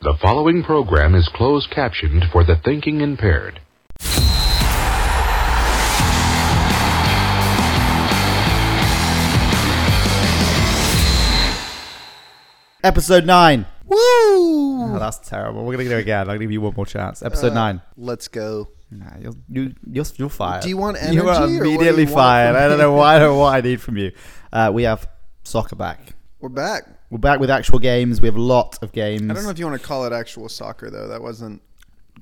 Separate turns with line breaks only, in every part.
The following program is closed captioned for the thinking impaired.
Episode 9.
Woo!
Oh, that's terrible. We're going to do it again. I'll give you one more chance. Episode 9.
Let's go.
Nah, you're, you, you're, you're fired.
Do you want
You are
energy or what do you
immediately
want
fired.
from
I don't know
me?
why. I don't know what I need from you. Uh, we have soccer back.
We're back.
We're back with actual games. We have a lot of games.
I don't know if you want to call it actual soccer though. That wasn't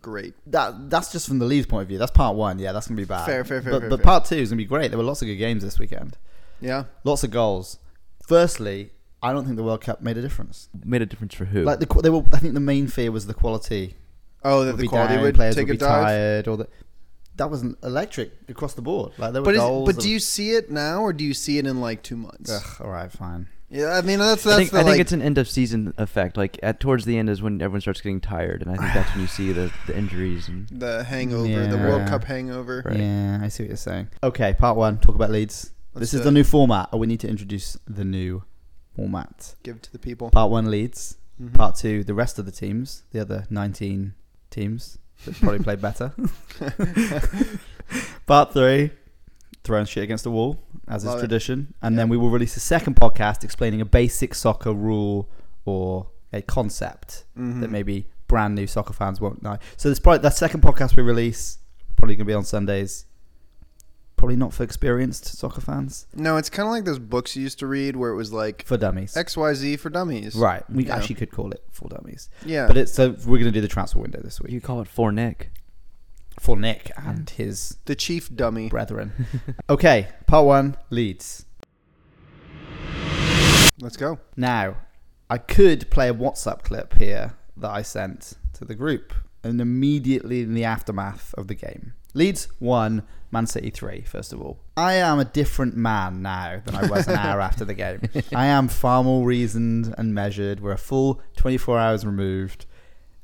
great.
that that's just from the Leeds point of view. That's part one. Yeah, that's gonna be bad.
Fair, fair, fair,
But,
fair,
but
fair.
part two is gonna be great. There were lots of good games this weekend.
Yeah.
Lots of goals. Firstly, I don't think the World Cup made a difference.
made a difference for who?
Like the qu- they were, I think the main fear was the quality.
Oh, that
would
the
be
quality
down,
would
players
take
would
a
be
dive.
tired, or the, that wasn't electric across the board. Like there were
But is,
goals.
but
and-
do you see it now or do you see it in like two months?
Ugh, all right, fine.
Yeah, I mean that's that's
I think,
the
I think
like.
it's an end of season effect. Like at towards the end is when everyone starts getting tired, and I think that's when you see the, the injuries. And
the hangover, the
Yeah.
World Cup hangover.
Yeah, I see what you're saying. Okay, part one. Talk about Leeds.
Let's
this is
do
the
it.
new format. Oh, we need to introduce the new format.
Give it to the people.
Part one Leeds.
Mhm.
Part two, the rest of the teams, the other 19 teams that probably played better. Part three, throwing shit against the wall, as
Love
is
it.
tradition. And
Yeah.
then we will release a second podcast explaining a basic soccer rule or a concept
Mhm.
that maybe brand new soccer fans won't know. So there's probably that second podcast we release probably going to be on Sundays. Probably not for experienced soccer fans,
No, it's kind of like those books you used to read where it was like
for dummies.
X Y Z for dummies.
right, we
Yeah.
actually could call it for dummies.
Yeah.
But it's so we're going to do the transfer window this week.
you call it four Nick.
for Nick and his
the chief dummy.
brethren. okay, part one Leeds.
Let's go.
Now, I could play a WhatsApp clip here that I sent to the group, and immediately in the aftermath of the game. Leeds 1, Man City 3, first of all. I am a different man now than I was an hour after the game. I am far more reasoned and measured. We're a full 24 hours removed.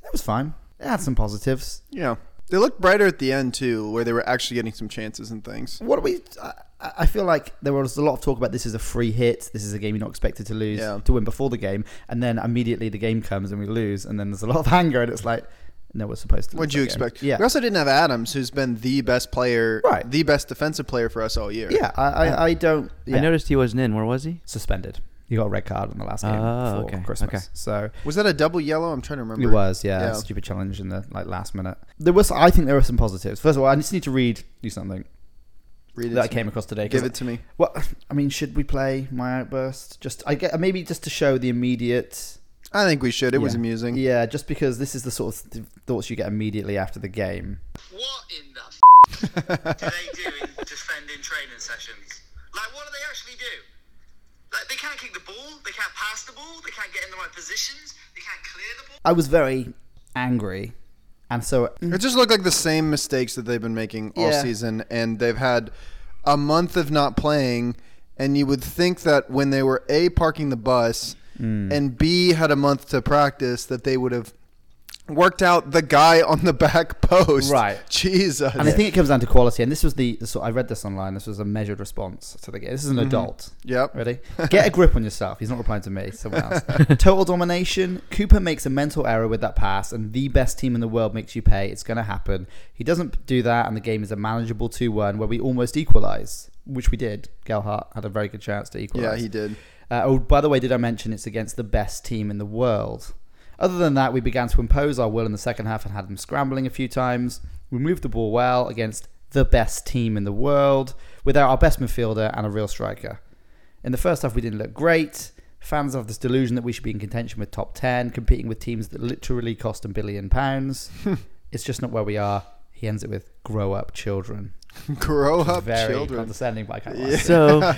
That was fine. It had some positives.
Yeah. They looked brighter at the end too, where they were actually getting some chances and things.
What do we? I, I feel like there was a lot of talk about this is a free hit. This is a game you're not expected to lose
Yeah.
to win before the game, and then immediately the game comes and we lose, and then there's a lot of anger, and it's like, no, we're supposed to.
What'd
lose
you
that game.
expect?
Yeah,
We also didn't have Adams, who's been the best player,
Right.
the best defensive player for us all year.
yeah. I, I, I don't. Yeah.
I noticed he wasn't in. Where was he?
suspended. You got a red card on the last game
Ah,
Oh,
before
okay,
Christmas,
okay.
so
Was that a double yellow? I'm trying to remember.
It was, yeah,
Yeah.
Stupid challenge in the like last minute. There was, I think, there were some positives. First of all, I just need to read you something
Read it
that I
to me.
came across today. 'cause
Give it to me.
Well, I mean, should we play my outburst? Just, I get maybe just to show the immediate
I think we should. It was
Yeah.
amusing.
Yeah, just because this is the sort of th- thoughts you get immediately after the game.
What in the f- do they do in defending training sessions? Like, what do they actually do? Like, they can't kick the ball, they can't pass the ball, they can't get in the right positions, they can't clear the ball.
I was very angry, and so
It just looked like the same mistakes that they've been making all
Yeah.
season, and they've had a month of not playing. And you would think that when they were a parking the bus,
Mm.
and b had a month to practice, that they would have worked out the guy on the back post.
Right.
Jesus.
and I think it comes down to quality. And this was the so I read this online. This was a measured response to the game. This is an adult.
Mm-hmm. Yep.
Ready? Get a grip on yourself. He's not replying to me. Someone else. Total domination. Cooper makes a mental error with that pass, and the best team in the world makes you pay. It's going to happen. He doesn't do that, and the game is a manageable two-one where we almost equalise, which we did. Gelhart had a very good chance to equalise.
Yeah, he did.
Uh, oh, by the way, did I mention it's against the best team in the world? Other than that, we began to impose our will in the second half and had them scrambling a few times. We moved the ball well against the best team in the world without our best midfielder and a real striker. In the first half, we didn't look great. Fans have this delusion that we should be in contention with top 10, competing with teams that literally cost a billion pounds. it's just not where we are. He ends it with grow up children.
Grow up,
Very
children.
condescending, but I can't lie.
So,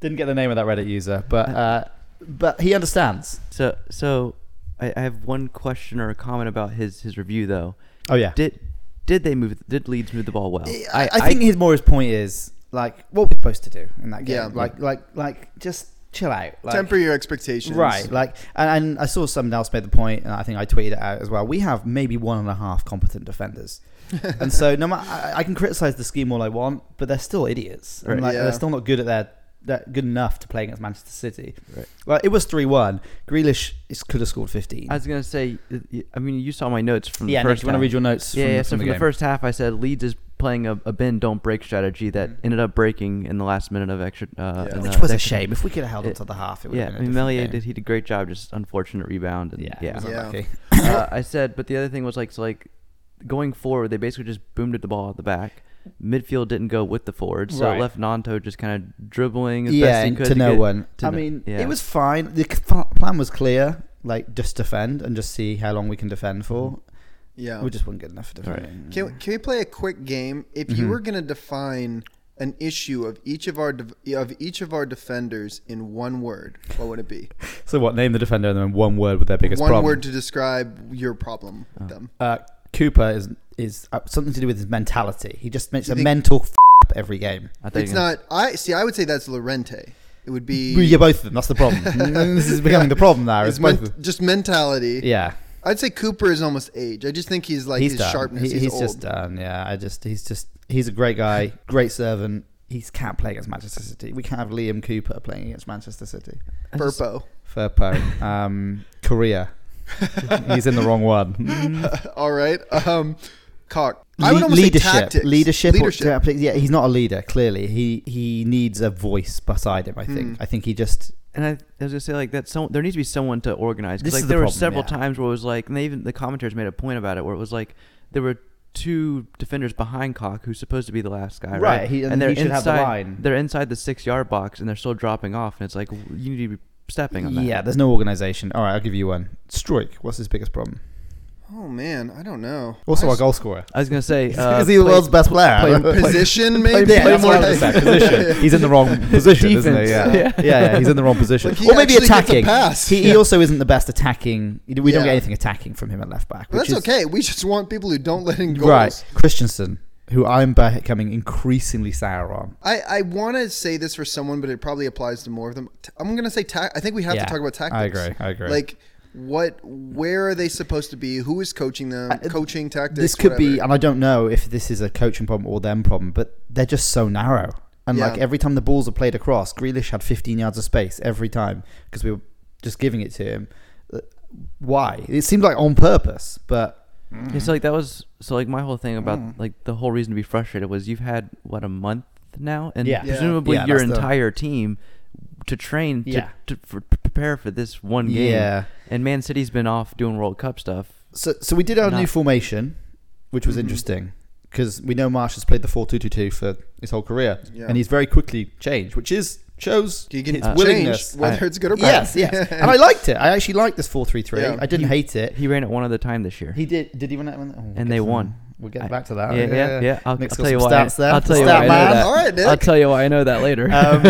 Didn't get the name of that Reddit user, but uh, but he understands.
so, so, I, I have one question or a comment about his his review though.
Oh yeah.
Did did they move? Did Leeds move the ball well?
Eh.
I, I think his more his point is like what we're supposed to do in that game.
Yeah.
Like like like just chill out. Like,
Temper your expectations.
Right, like, and, and I saw someone else made the point, and I think I tweeted it out as well. We have maybe one and a half competent defenders, and so no matter, I, I can criticize the scheme all I want, but they're still idiots, and
Right.
like,
Yeah.
they're still not good at their that good enough to play against Manchester City. Right. Well, it was three one. Grealish is, could have scored fifteen.
I was gonna say, I mean, you saw my notes from
yeah,
the
Nick,
first.
do you want to
half.
read your notes?
Yeah,
from,
yeah.
from
so for the
game?
first half, I said Leeds is playing a, a bend don't break strategy that
Mm.
ended up breaking in the last minute of extra. Uh, in
which
the
was a
extra-
shame. If we could have held it
It-
to the half, it would
Yeah,
have
I
been a
mean,
different
Melier
game.
did he did a great job, just unfortunate rebound and
Yeah,
yeah.
it was
Yeah.
unlucky.
uh, I said, but the other thing was like, so like going forward, they basically just boomed at the ball at the back. Midfield didn't go with the forward, so
Right.
it left Nanto just kind of dribbling as
yeah,
best he
and
could
to no
get-
one.
to
I
no-
mean,
yeah.
it was fine. The c- pl- plan was clear. Like just defend and just see how long we can defend for.
Yeah.
We just weren't good enough for defending.
Can, we- can we play a quick game? If
Mm-hmm.
you were going to define an issue of each of our de- of each of our defenders in one word, what would it be?
So what? Name the defender and then one word with their biggest
one
problem.
word to describe your problem with them.
Uh, Cooper is is uh, something to do with his mentality. He just makes a
think-
mental f- up every game.
I thought you
It's
were gonna-
not. I see. I would say that's Lorente. It would be.
Well, yeah, both of them. That's the problem. this is becoming the problem now. It's
it's
both.
men-
of them.
just mentality.
yeah,
I'd say Cooper is almost age. I just think he's like
he's
his
done.
sharpness.
He-
he's
he's
old.
just done. Yeah, I just he's just he's a great guy, great servant. He can't play against Manchester City. We can't have Liam Cooper playing against Manchester City.
Burpo.
Furpo, um, Korea. he's in the wrong one.
All right. Um, cock. I would
Le-
almost
leadership,
say tactics.
leadership, or
Leadership.
tactics. yeah, he's not a leader. Clearly, he he needs a voice beside him. I
Hmm.
think. I think he just
And I, I was gonna say like that. Some there needs to be someone to organize. 'cause,
This
like
is the
there were
problem,
several
yeah.
times where it was like, and they even the commentators made a point about it, where it was like there were two defenders behind Cock, who's supposed to be the last guy, right?
Right, he- and
they're
he should have the
inside,
line.
They're inside the six yard box, and they're still dropping off, and it's like w- you need to be stepping on that.
yeah. There's no organization. All right, I'll give you one. Strike. What's his biggest problem?
Oh man, I don't know.
Also, our goal scorer.
I was gonna say, uh,
Is he the
play-
world's best player?
play- play-
Position maybe.
yeah, that's
more
what I was gonna say, position. He's in the wrong position, isn't
Defense.
he? Yeah.
Yeah.
yeah, yeah, he's in the wrong position.
Like, he
or maybe
actually gets a
attacking.
pass.
He, he
Yeah.
also isn't the best attacking. We don't
Yeah.
get anything attacking from him at left back.
Well,
Which
that's
is,
okay. We just want people who don't let in goals.
Right, Christensen, who I'm becoming increasingly sour on.
I, I want to say this for someone, but it probably applies to more of them. T- I'm going to say ta- I think we have
Yeah,
to talk about tactics.
I agree, I agree.
Like what? Where are they supposed to be? Who is coaching them? coaching tactics.
this could be,
whatever.
and I don't know if this is a coaching problem or them problem, but they're just so narrow. And
Yeah.
like every time the balls are played across, Grealish had 15 yards of space every time because we were just giving it to him. Uh, Why? It seemed like on purpose, but
Yeah, so like that was so like my whole thing about like the whole reason to be frustrated was you've had what a month now, and
Yeah. Yeah.
presumably
Yeah,
your
that's the-
entire team to train to,
Yeah.
to, for, prepare for this one game.
Yeah.
and Man City's been off doing World Cup stuff.
so so we did our new
Not-
formation, which was interesting because we know Marsh has played the 4-2-2-2 for his whole career,
Yeah.
and he's very quickly changed, which is shows
You can
his
change
willingness.
whether
I-
it's good or bad.
Yes, yes, and I liked it. I actually liked this 4-3-3.
Yeah.
I didn't hate it.
He ran it one other time this year.
He did. Did he win that one? Oh, we'll get
they
to that.
won.
We'll get
I-
back to that.
yeah, yeah, yeah. I'll,
Nick's
I'll
got
tell you
some
why. I-
stats there.
I'll tell you
Stat
why.
man.
I know that.
All right, Nick.
I'll tell you why I know that later.
Um,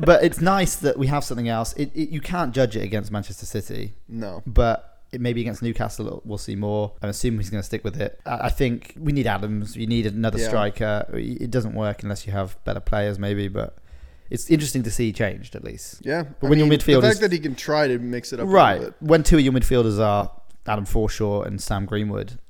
but it's nice that we have something else. It, it, you can't judge it against Manchester City,
No.
but it maybe against Newcastle we'll see more. I'm assuming he's going to stick with it. I, I think we need Adams. You need another
Yeah.
striker. It doesn't work unless you have better players, maybe. But it's interesting to see changed at least.
Yeah.
But when your midfield
the
is-
fact that he can try to mix it up, a little
Right.
bit.
When two of your midfielders are Adam Forshaw and Sam Greenwood,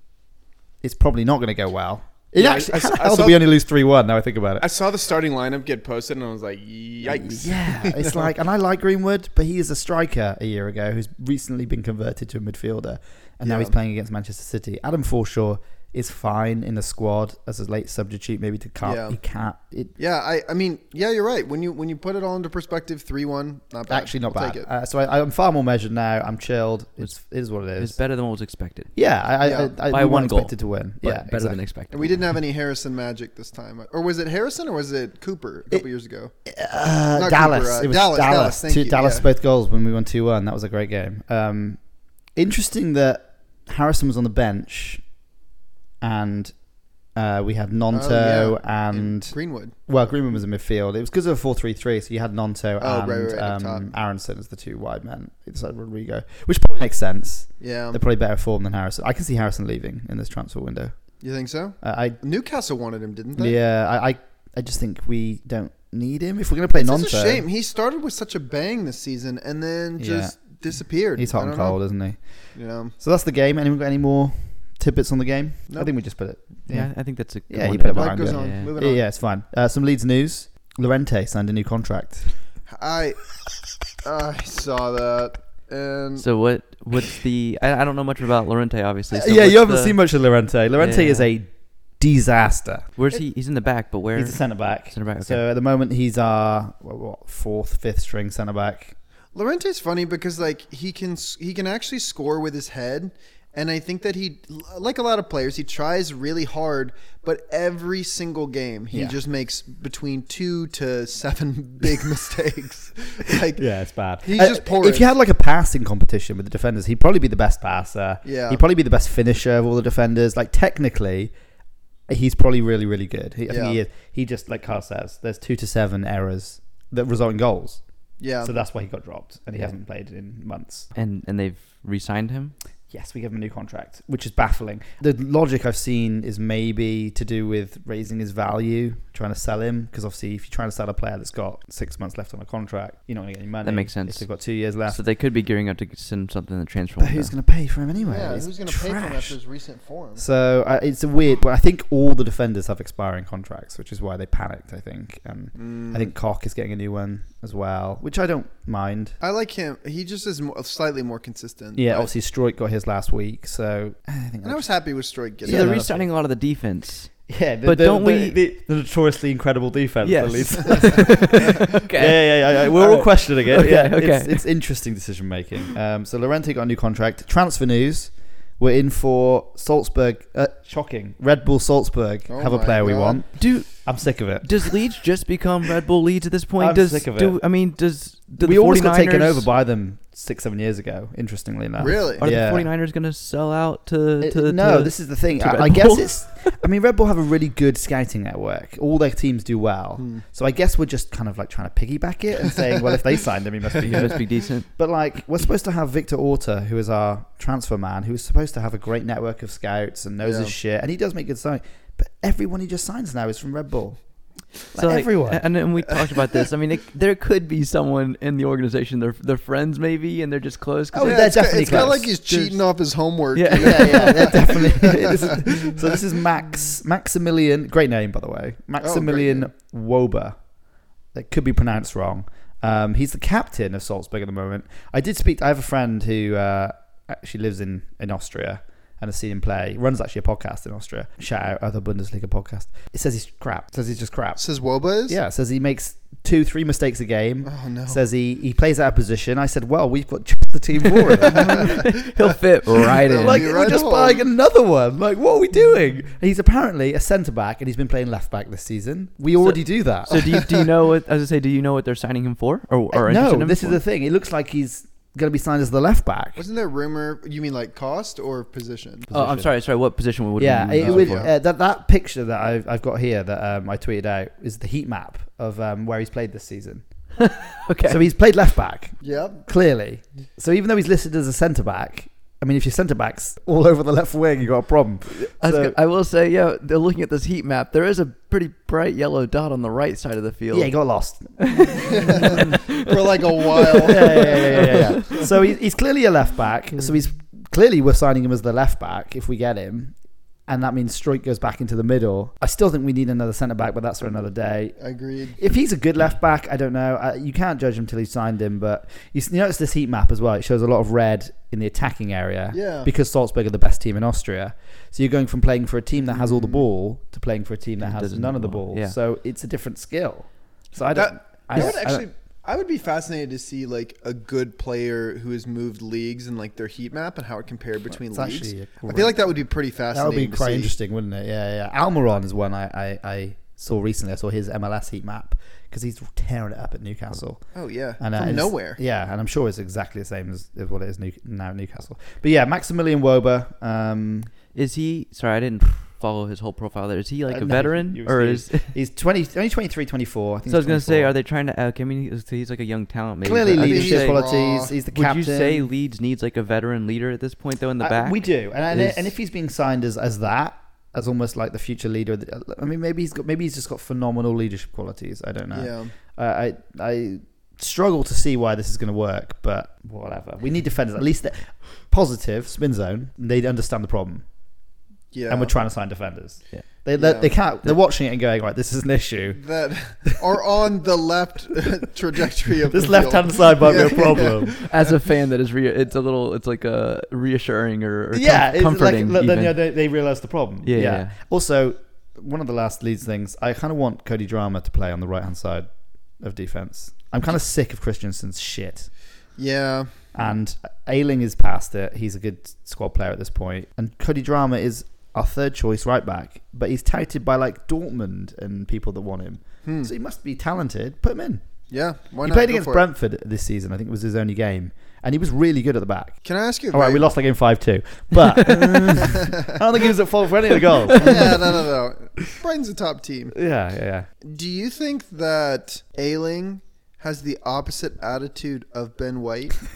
it's probably not going to go well. It
Yeah, I-
actually,
I s- I
how did
saw-
we only lose 3 1 now I think about
I
it?
saw the starting lineup get posted, and I was like, "Yikes!"
Yeah, it's like, and I like Greenwood, but he is a striker a year ago who's recently been converted to a midfielder, and now
Yeah.
he's playing against Manchester City. Adam Forshaw is fine in the squad as a late substitute, maybe to cut.
Yeah.
He can't. It,
Yeah, I, I mean, yeah, you're right. When you when you put it all into perspective, three one, not bad.
Actually, not
I'll
bad.
Take it.
Uh, so I, I'm far more measured now. I'm chilled. It's, it is what it
it's
is.
better than what was expected.
yeah, I, I,
Yeah.
I, I
By
we weren't
one goal,
expected to win.
but
yeah,
better than expected.
and we didn't have any Harrison magic this time, or was it Harrison or was it Cooper a couple years ago?
Uh,
Not
Dallas.
Cooper, uh,
it was Dallas.
Dallas,
Dallas,
Dallas, thank
Two-
you,
Dallas
yeah.
both goals when we won 2 1. That was a great game. Um, interesting that Harrison was on the bench and uh, we had Nonto
Oh, yeah.
and.
Greenwood.
well, Greenwood was in midfield. It was because of a 4 3 3, so you had Nonto
Oh,
and
right, right, right, up
um,
top.
Aronson as the two wide men inside Rodrigo, which probably makes sense.
Yeah,
They're probably better form than Harrison. I can see Harrison leaving in this transfer window.
you think so?
Uh, I
Newcastle wanted him, didn't they?
Yeah, I, I, I just think we don't need him. If we're going to play
it's
Nonto.
such a shame. He started with such a bang this season and then
Yeah.
just disappeared.
He's
I
hot and
don't know.
cold, isn't he?
You know,
So that's the game. Anyone got any more tidbits on the game? I
Nope.
think we just put it.
Yeah,
Yeah,
I think that's a good
Yeah, he
one
put it
to end
behind
life goes
yeah.
on.
Yeah.
Moving
yeah,
on.
yeah it's fine. Uh, some Leeds news. Lorente signed a new contract.
I I saw that, and
So what? What's the? I, I don't know much about Lorente, obviously. So
yeah, you
what's
haven't
the-
seen much of Lorente. Lorente
Yeah.
is a disaster.
Where's he? He's in the back, but where?
He's a centre back.
Centre back, okay.
So uh, at the moment he's our what, what, fourth, fifth string centre back.
Laurente's funny because like he can s- he can actually score with his head, and I think that he like a lot of players he tries really hard, but every single game he
Yeah.
just makes between two to seven big mistakes. like
it's bad. Uh,
He's just porous.
If you had like a passing competition with the defenders, he'd probably be the best passer.
Yeah.
He'd probably be the best finisher of all the defenders. Like technically, he's probably really, really good. He, I think
Yeah.
he is. He just like Carl says, there's two to seven errors that result in goals.
yeah,
So that's why he got dropped, and he hasn't played in months.
and and they've re-signed him.
Yes, we give him a new contract, which is baffling. The logic I've seen is maybe to do with raising his value, trying to sell him, because obviously if you're trying to sell a player that's got six months left on a contract, you're not going to get any money.
That makes sense.
If they've got two years left,
So they could be gearing up to send something in the transfer
but
window.
who's going to pay for him anyway?
yeah.
It's
Who's gonna pay for him
trash.
after his recent form?
So uh, it's a weird. Well, I think all the defenders have expiring contracts, which is why they panicked. I think. Um, I
Mm.
think Cock is getting a new one as well, which I don't mind.
I like him. He just is more, slightly more consistent.
Yeah,
but-
obviously Stroik got his last week, so I think.
and I was happy with Stroik
So
getting.
Yeah,
they're
no,
it.
that's
re-signing a lot of the defense.
Yeah, the,
But
the-
don't
the-
we-
the, the notoriously incredible defense?
Yes.
At least. Yeah, yeah, yeah, yeah. We're all,
Alright.
questioning it.
Okay,
yeah,
okay.
It's, it's interesting decision making. Um, so Lorente got a new contract. Transfer news: We're in for Salzburg. Uh, shocking. Red Bull Salzburg
Oh
have a
my
player we
God.
want.
Do
I'm sick of it.
does Leeds just become Red Bull Leeds at this point?
I'm
does
sick of
do
it.
I mean does do
we
the
almost got taken
49ers
over by them six, seven years ago. Interestingly enough,
Really?
Are
Yeah.
the 49ers going to sell out to,
It-
to
no,
to-
this is the thing.
to Red
I, I guess
Bull.
it's. I mean, Red Bull have a really good scouting network. All their teams do well.
Hmm.
So I guess we're just kind of like trying to piggyback it and saying, well, if they signed him, he must be
It
good.
must be decent.
But like, we're supposed to have Victor Orta, who is our transfer man, who is supposed to have a great network of scouts and knows
Yeah.
his shit, and he does make good signing. But everyone he just signs now is from Red Bull. Like,
So like,
everyone.
and, and we talked about this. I mean, it, there could be someone in the organization. They're they're friends maybe, and they're just close. 'cause
Oh,
they-
they're
it's ki-
definitely
it's kind of
close.
like he's
There's-
cheating off his homework.
Yeah.
yeah, yeah, they're definitely. this is- so this is Max Maximilian. Oh, Great name, by the way, Maximilian Wober. That could be pronounced wrong. Um, he's the captain of Salzburg at the moment. I did speak. I have a friend who uh, actually lives in in Austria and has seen him play. He runs actually a podcast in Austria. Shout out other Bundesliga podcast. It says he's crap. says he's just crap.
Says Woba is.
Yeah, says he makes two, three mistakes a game.
Oh no.
Says he, he plays out of position. I said, well, we've got just the team for him.
He'll fit right in.
Like
You're
we're
right
just
on.
buying another one. Like what are we doing? He's apparently a centre back, and he's been playing left back this season. We already do that. Uh,
so do you, do you know what? As I say, do you know what they're signing him for? Or, or interested in
no,
him
this
for?
is the thing. It looks like he's going to be signed as the left back.
Wasn't there rumor? You mean like cost or position?
Oh,
Uh,
I'm sorry, sorry. What position would
Yeah,
we
it,
use
would,
for?
uh, that that picture that I've, I've got here that um, I tweeted out is the heat map of um, where he's played this season.
okay.
So he's played left back
Yep.
clearly. So even though he's listed as a centre back, I mean, if your centre backs all over the left wing, you got a problem.
I, was
So-
gonna- I will say, yeah, they're looking at this heat map. There is a pretty bright yellow dot on the right side of the field.
Yeah, he got lost.
For like a while.
yeah, yeah, yeah, yeah, yeah. Hmm. So he, he's clearly a left back. So he's clearly we're signing him as the left back if we get him, and that means Stroik goes back into the middle. I still think we need another centre back, but that's for another day.
Agreed.
If he's a good left back, I don't know. Uh, you can't judge him till he's signed him, but you, s- you notice this heat map as well. It shows a lot of red in the attacking area
Yeah.
because Salzburg are the best team in Austria. So you're going from playing for a team that has all the ball to playing for a team Hmm. that has
Doesn't
none of the
have the ball,
ball.
yeah.
So it's a different skill. So I don't.
That,
I,
that would
I don't-
actually. I would be fascinated to see like a good player who has moved leagues and like their heat map and how it compared between
That's
leagues.
actually a
I
great-
feel like that would be pretty
That would be
fascinating. to
quite
see.
interesting, wouldn't it? Yeah, yeah. Almiron is one I, I, I saw recently. I saw his MLS heat map because he's tearing it up at Newcastle.
Oh yeah,
And, uh,
from
it's-
nowhere.
Yeah, and I'm sure it's exactly the same as, as what it is new, now at Newcastle. But yeah, Maximilian Wober. Um,
Is he? Sorry, I didn't follow his whole profile. There is he like
uh, no,
a veteran,
you- you-
or is?
he's 20, only 23, 24. I, think
So I was
going
gonna
to
say, are they trying to? Uh, I mean, he's- he's like a young talent. Maybe
Clearly
but I
mean,
think
leadership
they-
raw.
qualities. He's the
Would
captain.
you say Leeds needs like a veteran leader at this point, though, in the
Uh,
back?
we do, and and,
Is-
and if he's being signed as as that, as almost like the future leader, of the, I mean, maybe he's got maybe he's just got phenomenal leadership qualities. I don't know.
Yeah.
Uh, I I struggle to see why this is going to work, but whatever. We need defenders. At least they're positive spin zone. They understand the problem,
Yeah,
and we're trying to sign defenders. They they,
Yeah.
they can't. They're watching it and going, right, this is an issue.
that are on the left trajectory of
This
the field.
left hand side might
Yeah.
be a problem.
As a fan, that is re- it's a little it's like a reassuring or, or com-
yeah, it's
comforting.
Like, then
even.
yeah, they, they realize the problem.
Yeah, yeah.
Also, one of the last Leeds things, I kind of want Cody Drama to play on the right hand side of defense. I'm kind of sick of Christensen's shit.
Yeah,
And Ailing is past it. He's a good squad player at this point. And Cody Drama is our third choice right back, but he's touted by like Dortmund and people that want him. So he must be talented. Put him in.
yeah. Hmm. Why
he
not?
played
Go
against
for it.
Brentford this season. I think it was his only game. And he was really good at the back.
Can I ask you? a
All right,
very-
we lost that game 5 2. But I don't think he was at fault for any of the goals.
yeah, no, no, no. Brighton's a top team.
Yeah, yeah, yeah.
Do you think that Ailing has the opposite attitude of Ben White?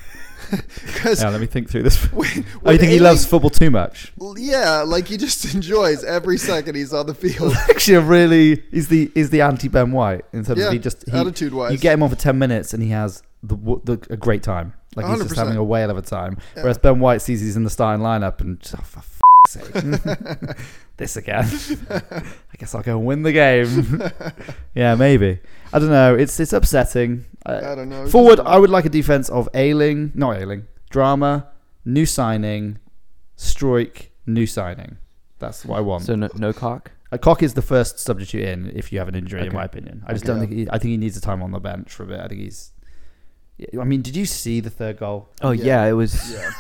Because
Now, let me think through this.
Wait,
oh, you think he
wait,
loves
wait.
football too much?
yeah, like he just enjoys every second he's on the field.
Actually, a really is the is the anti Ben White in terms
Yeah,
of he just he,
attitude-wise.
You get him on for ten minutes and he has the, wo- the a great time. Like he's just
100%.
having a whale of a time. Whereas Ben White sees he's in the starting lineup and just, oh, for f- sake, this again. I guess I'll go and win the game. yeah, maybe. I don't know. It's it's upsetting.
I don't know.
Forward, I would like a defense of Ailing, not Ailing, Drama, new signing, Stroik, new signing. That's what I want.
So no, no cock.
a cock is the first substitute in if you have an injury, in
Okay.
my opinion. I just don't think. He, I think he needs a time on the bench for a bit. I think he's. Yeah, I mean, did you see the third goal?
Oh
Yeah.
yeah, it was.
Yeah.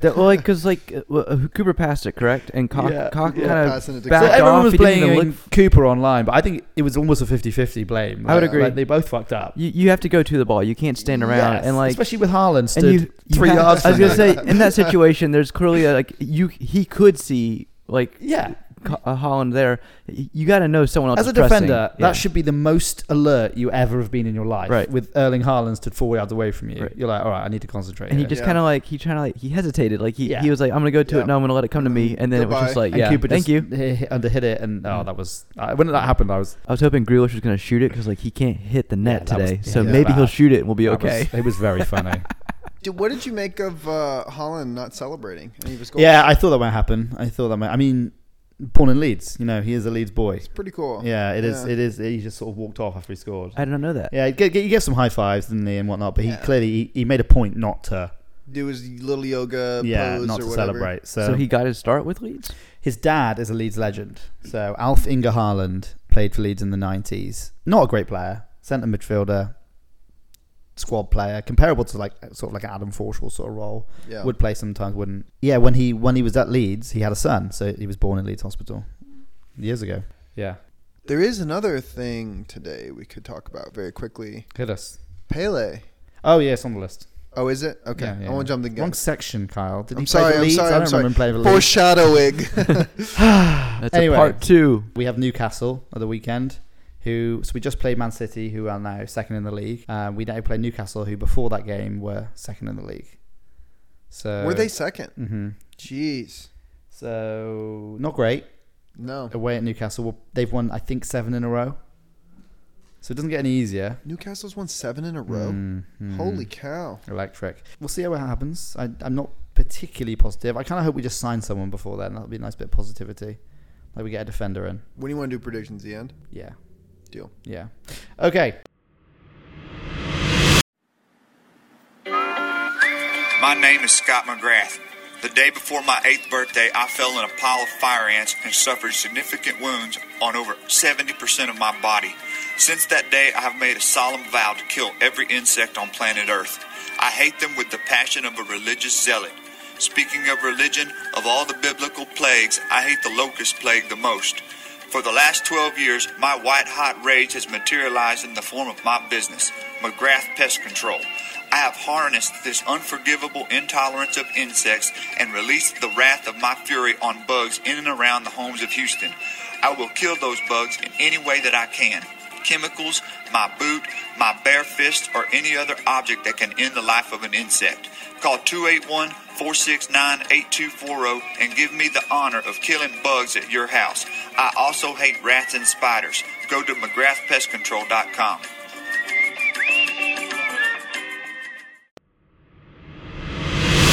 That, well, like because like uh, well, uh, Cooper passed it correct, and cock,
Yeah.
cock
Yeah,
kind
passing it
of
to
backed
Cock.
so everyone
off.
was
He didn't even
blaming
look-
Cooper online, but I think it was almost a 50-50 blame.
I would
Like-
agree.
like, they both fucked up.
You, you have to go to the ball. You can't stand around
Yes,
and like
especially with Haaland stood
and you, you
three
have-
yards.
I was
from
gonna
him.
say in that situation, there's clearly a, like you he could see like
yeah.
Co- uh, Holland there. Y- You got to know someone else
As
is
a
pressing.
defender,
Yeah.
that should be the most alert you ever have been in your life.
Right.
With Erling Haaland stood four yards away from you,
Right.
you're like, all right, I need to concentrate.
And he
here."
just
Yeah.
kind of like he trying to like he hesitated. Like he,
Yeah.
he was like, I'm gonna go to
Yeah.
it. No, I'm gonna let it come to me. And then it was just
Goodbye.
like,
Mm-hmm. and
yeah,
Cooper
thank
just
you.
hi- hi- underhit it, and
Mm.
oh, that was uh, when that happened. I was
I was hoping Grealish was gonna shoot it because like he can't hit the net
that was-
today.
yeah,
so
yeah.
maybe he'll
bad.
shoot it and we'll be
that was-
okay.
it was very funny.
Dude, what did you make of uh, Holland not celebrating? Any of his goals?
yeah, I thought that might happen. I thought that might. I mean, born in Leeds, you know, he is a Leeds boy.
pretty cool.
Yeah, it is.
Yeah.
It is. He just sort of walked off after he scored.
I don't know that.
Yeah, he get- get- you get some high fives, didn't he, and whatnot. But he
Yeah.
clearly he, he made a point not to,
Do his little yoga
yeah,
pose
not
or
to
whatever.
celebrate. So,
So he got his start with Leeds.
His dad is a Leeds legend. So Alf Inge Haaland played for Leeds in the 90s. Not a great player, centre midfielder, squad player, comparable to like sort of like an Adam Forshaw sort of role.
Yeah.
Would play sometimes, wouldn't. Yeah, when he when he was at Leeds, he had a son, so he was born in Leeds Hospital years ago. Yeah,
There is another thing today we could talk about very quickly.
hit us.
Pele.
Oh yeah, it's on the list.
Oh, is it? Okay.
Yeah, yeah.
I want to jump the gun.
Wrong section, Kyle. Did
I'm
he play
sorry,
for
I'm
Leeds?
sorry,
I
I'm
don't remember him playing for Leeds.
Foreshadowing.
That's
Anyway.
a part two.
We have Newcastle at the weekend, who so we just played Man City, who are now second in the league. Um, we now play Newcastle, who before that game were second in the league. So Uh,
Were they second?
hmm
Jeez.
So not great
No.
away at Newcastle. Well, They've won, I think, seven in a row. So it doesn't get any easier.
Newcastle's won seven in a row.
Mhm.
Holy cow.
electric! We'll see how it happens. I, I'm not particularly positive. I kind of hope we just sign someone before then. That'll be a nice bit of positivity. Like we get a defender in.
When do you want to do predictions? The end?
Yeah.
Deal.
Yeah. Okay.
My name is Scott McGrath. The day before my eighth birthday, I fell in a pile of fire ants and suffered significant wounds on over 70% of my body. Since that day, I have made a solemn vow to kill every insect on planet Earth. I hate them with the passion of a religious zealot. Speaking of religion, of all the biblical plagues, I hate the locust plague the most. For the last 12 years, my white hot rage has materialized in the form of my business, McGrath Pest Control. I have harnessed this unforgivable intolerance of insects and released the wrath of my fury on bugs in and around the homes of Houston. I will kill those bugs in any way that I can chemicals, my boot, my bare fist, or any other object that can end the life of an insect. Call 281 469 8240 and give me the honor of killing bugs at your house. I also hate rats and spiders. Go to McGrathPestControl.com.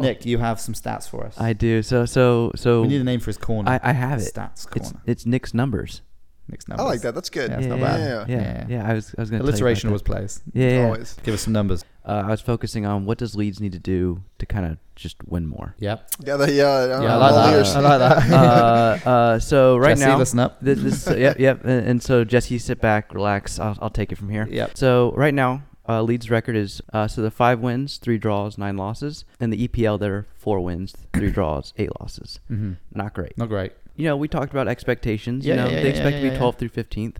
Nick, you have some stats for us.
I do. So so so.
we need a name for his corner.
I, I have it.
Stats
It's,
corner.
it's Nick's numbers.
Nick's
I
numbers.
like that. That's good.
Yeah, it's not
yeah,
bad.
Yeah,
Yeah.
yeah, yeah. I was I was gonna tell you about
Alliteration
that.
always plays.
Yeah, yeah.
Always.
Give us some numbers.
Uh, I was focusing on what does Leeds need to do to kind of just win more.
Yep.
Yeah, that, yeah. I don't
Yeah, I
know,
like
all
that.
ears.
I like that.
uh, uh, so right
Jesse,
now,
listen up.
This, this, yep, yep. And, and so Jesse, sit back, relax. I'll, I'll take it from here.
Yep.
So right now, uh, Leeds' record is uh, so the five wins, three draws, nine losses, and the E EPL they're four wins, three draws, eight losses. Mm-hmm. Not great.
Not great.
You know, we talked about expectations.
Yeah,
you know,
yeah, yeah,
they expect
yeah,
to
yeah,
be
yeah.
12th through 15th.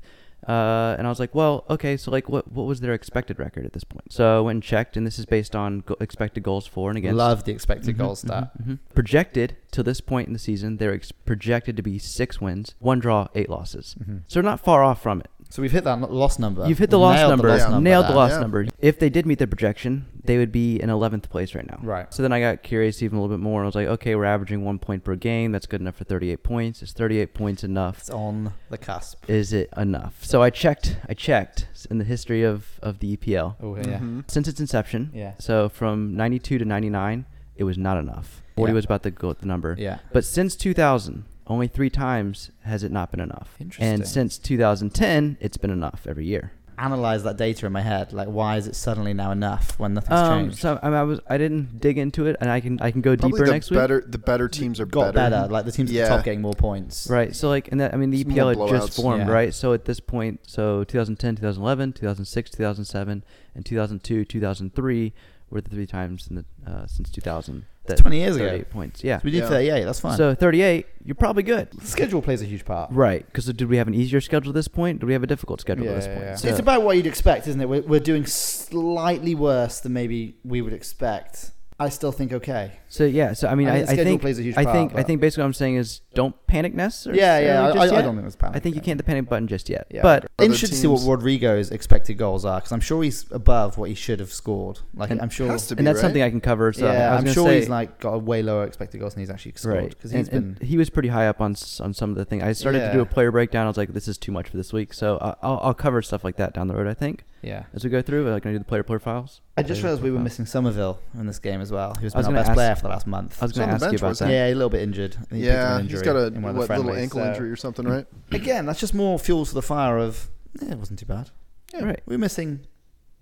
Uh, and I was like, well, okay, so like, what what was their expected record at this point? So I went and checked, and this is based on go- expected goals for and against.
Love the expected goal stat.
Mhm. Projected till this point in the season, they're ex- projected to be six wins, one draw, eight losses.
Mm-hmm.
So they're not far off from it.
So we've hit that loss number.
You've hit the
We've
loss
nailed
number,
The loss number
nailed the
there.
loss
Yeah.
number. If they did meet their projection, they would be in 11th place right now.
Right.
So then I got curious even a little bit more. and I was like, okay, we're averaging one point per game. That's good enough for 38 points. Is 38 points enough?
It's on the cusp.
Is it enough? So I checked. I checked in the history of of the E EPL
Oh yeah.
Mm-hmm.
since its inception.
Yeah.
So from 92 to 99, it was not enough. 40
Yeah.
was about the go- the number.
Yeah.
But since 2000, only three times has it not been enough.
Interesting.
And since 2010, it's been enough every year.
Analyze that data in my head. Like, why is it suddenly now enough when nothing's
Um,
changed?
so I, mean, I was I didn't dig into it, and I can I can go
Probably
deeper
the
next
better,
week.
the better teams are
Got better. Like the teams at
Yeah.
the top getting more points.
Right. So like, and that, I mean, the
Some more
EPL had just
blowouts.
formed,
Yeah.
right? So at this point, so 2010, 2011, 2006, 2007, and 2002, 2003 were the three times in the uh, since 2000. That
20 years ago.
38 points. Yeah.
So we did
Yeah.
38. That's fine.
So 38, you're probably good.
schedule plays a huge part.
Right. Because did we have an easier schedule at this point? Did we have a difficult schedule
Yeah,
at this
yeah,
point?
yeah.
So-
It's about what you'd expect, isn't it? We're, we're doing slightly worse than maybe we would expect. I still think okay.
So yeah, so I mean,
I
I,
think
I
schedule
think
plays a huge
I
part,
think I
but-
think basically what I'm saying is don't panic necessarily.
Yeah, yeah, I-
just
I- I
yet.
don't think it's panic
I think you
yet.
can't the panic button just yet.
Yeah, I
but
I'm
Other
interested to see what
teams-
Rodrigo's expected goals are because I'm sure he's above what he should have scored. Like
And
I'm sure,
Has to be,
and that's
right?
something I can cover. So I
yeah,
was
I'm
gonna
sure
say,
he's like got a way lower expected goals than he's actually scored
right
because
and-
he's been.
and he was pretty high up on s- on some of the things. I started
Yeah.
to do a player breakdown. I was like, this is too much for this week. So I- I'll, I'll cover stuff like that down the road. I think
yeah,
as we go through, like I do the player profiles.
I just
Player
realized we were
profiles.
missing Somerville in this game as well. He was,
I was
been our
gonna
best
ask-
player for the last month.
I was
He's on
going
the
to ask
bench,
you about
wasn't
that.
he?
yeah, a little bit injured. He picked up
Yeah,
an
he's
injury
got a
in one of the
what, little
friendlies,
ankle
so-
injury or something, right?
Again, that's just more fuel to the fire of. Yeah, it wasn't too bad.
Right.
We're missing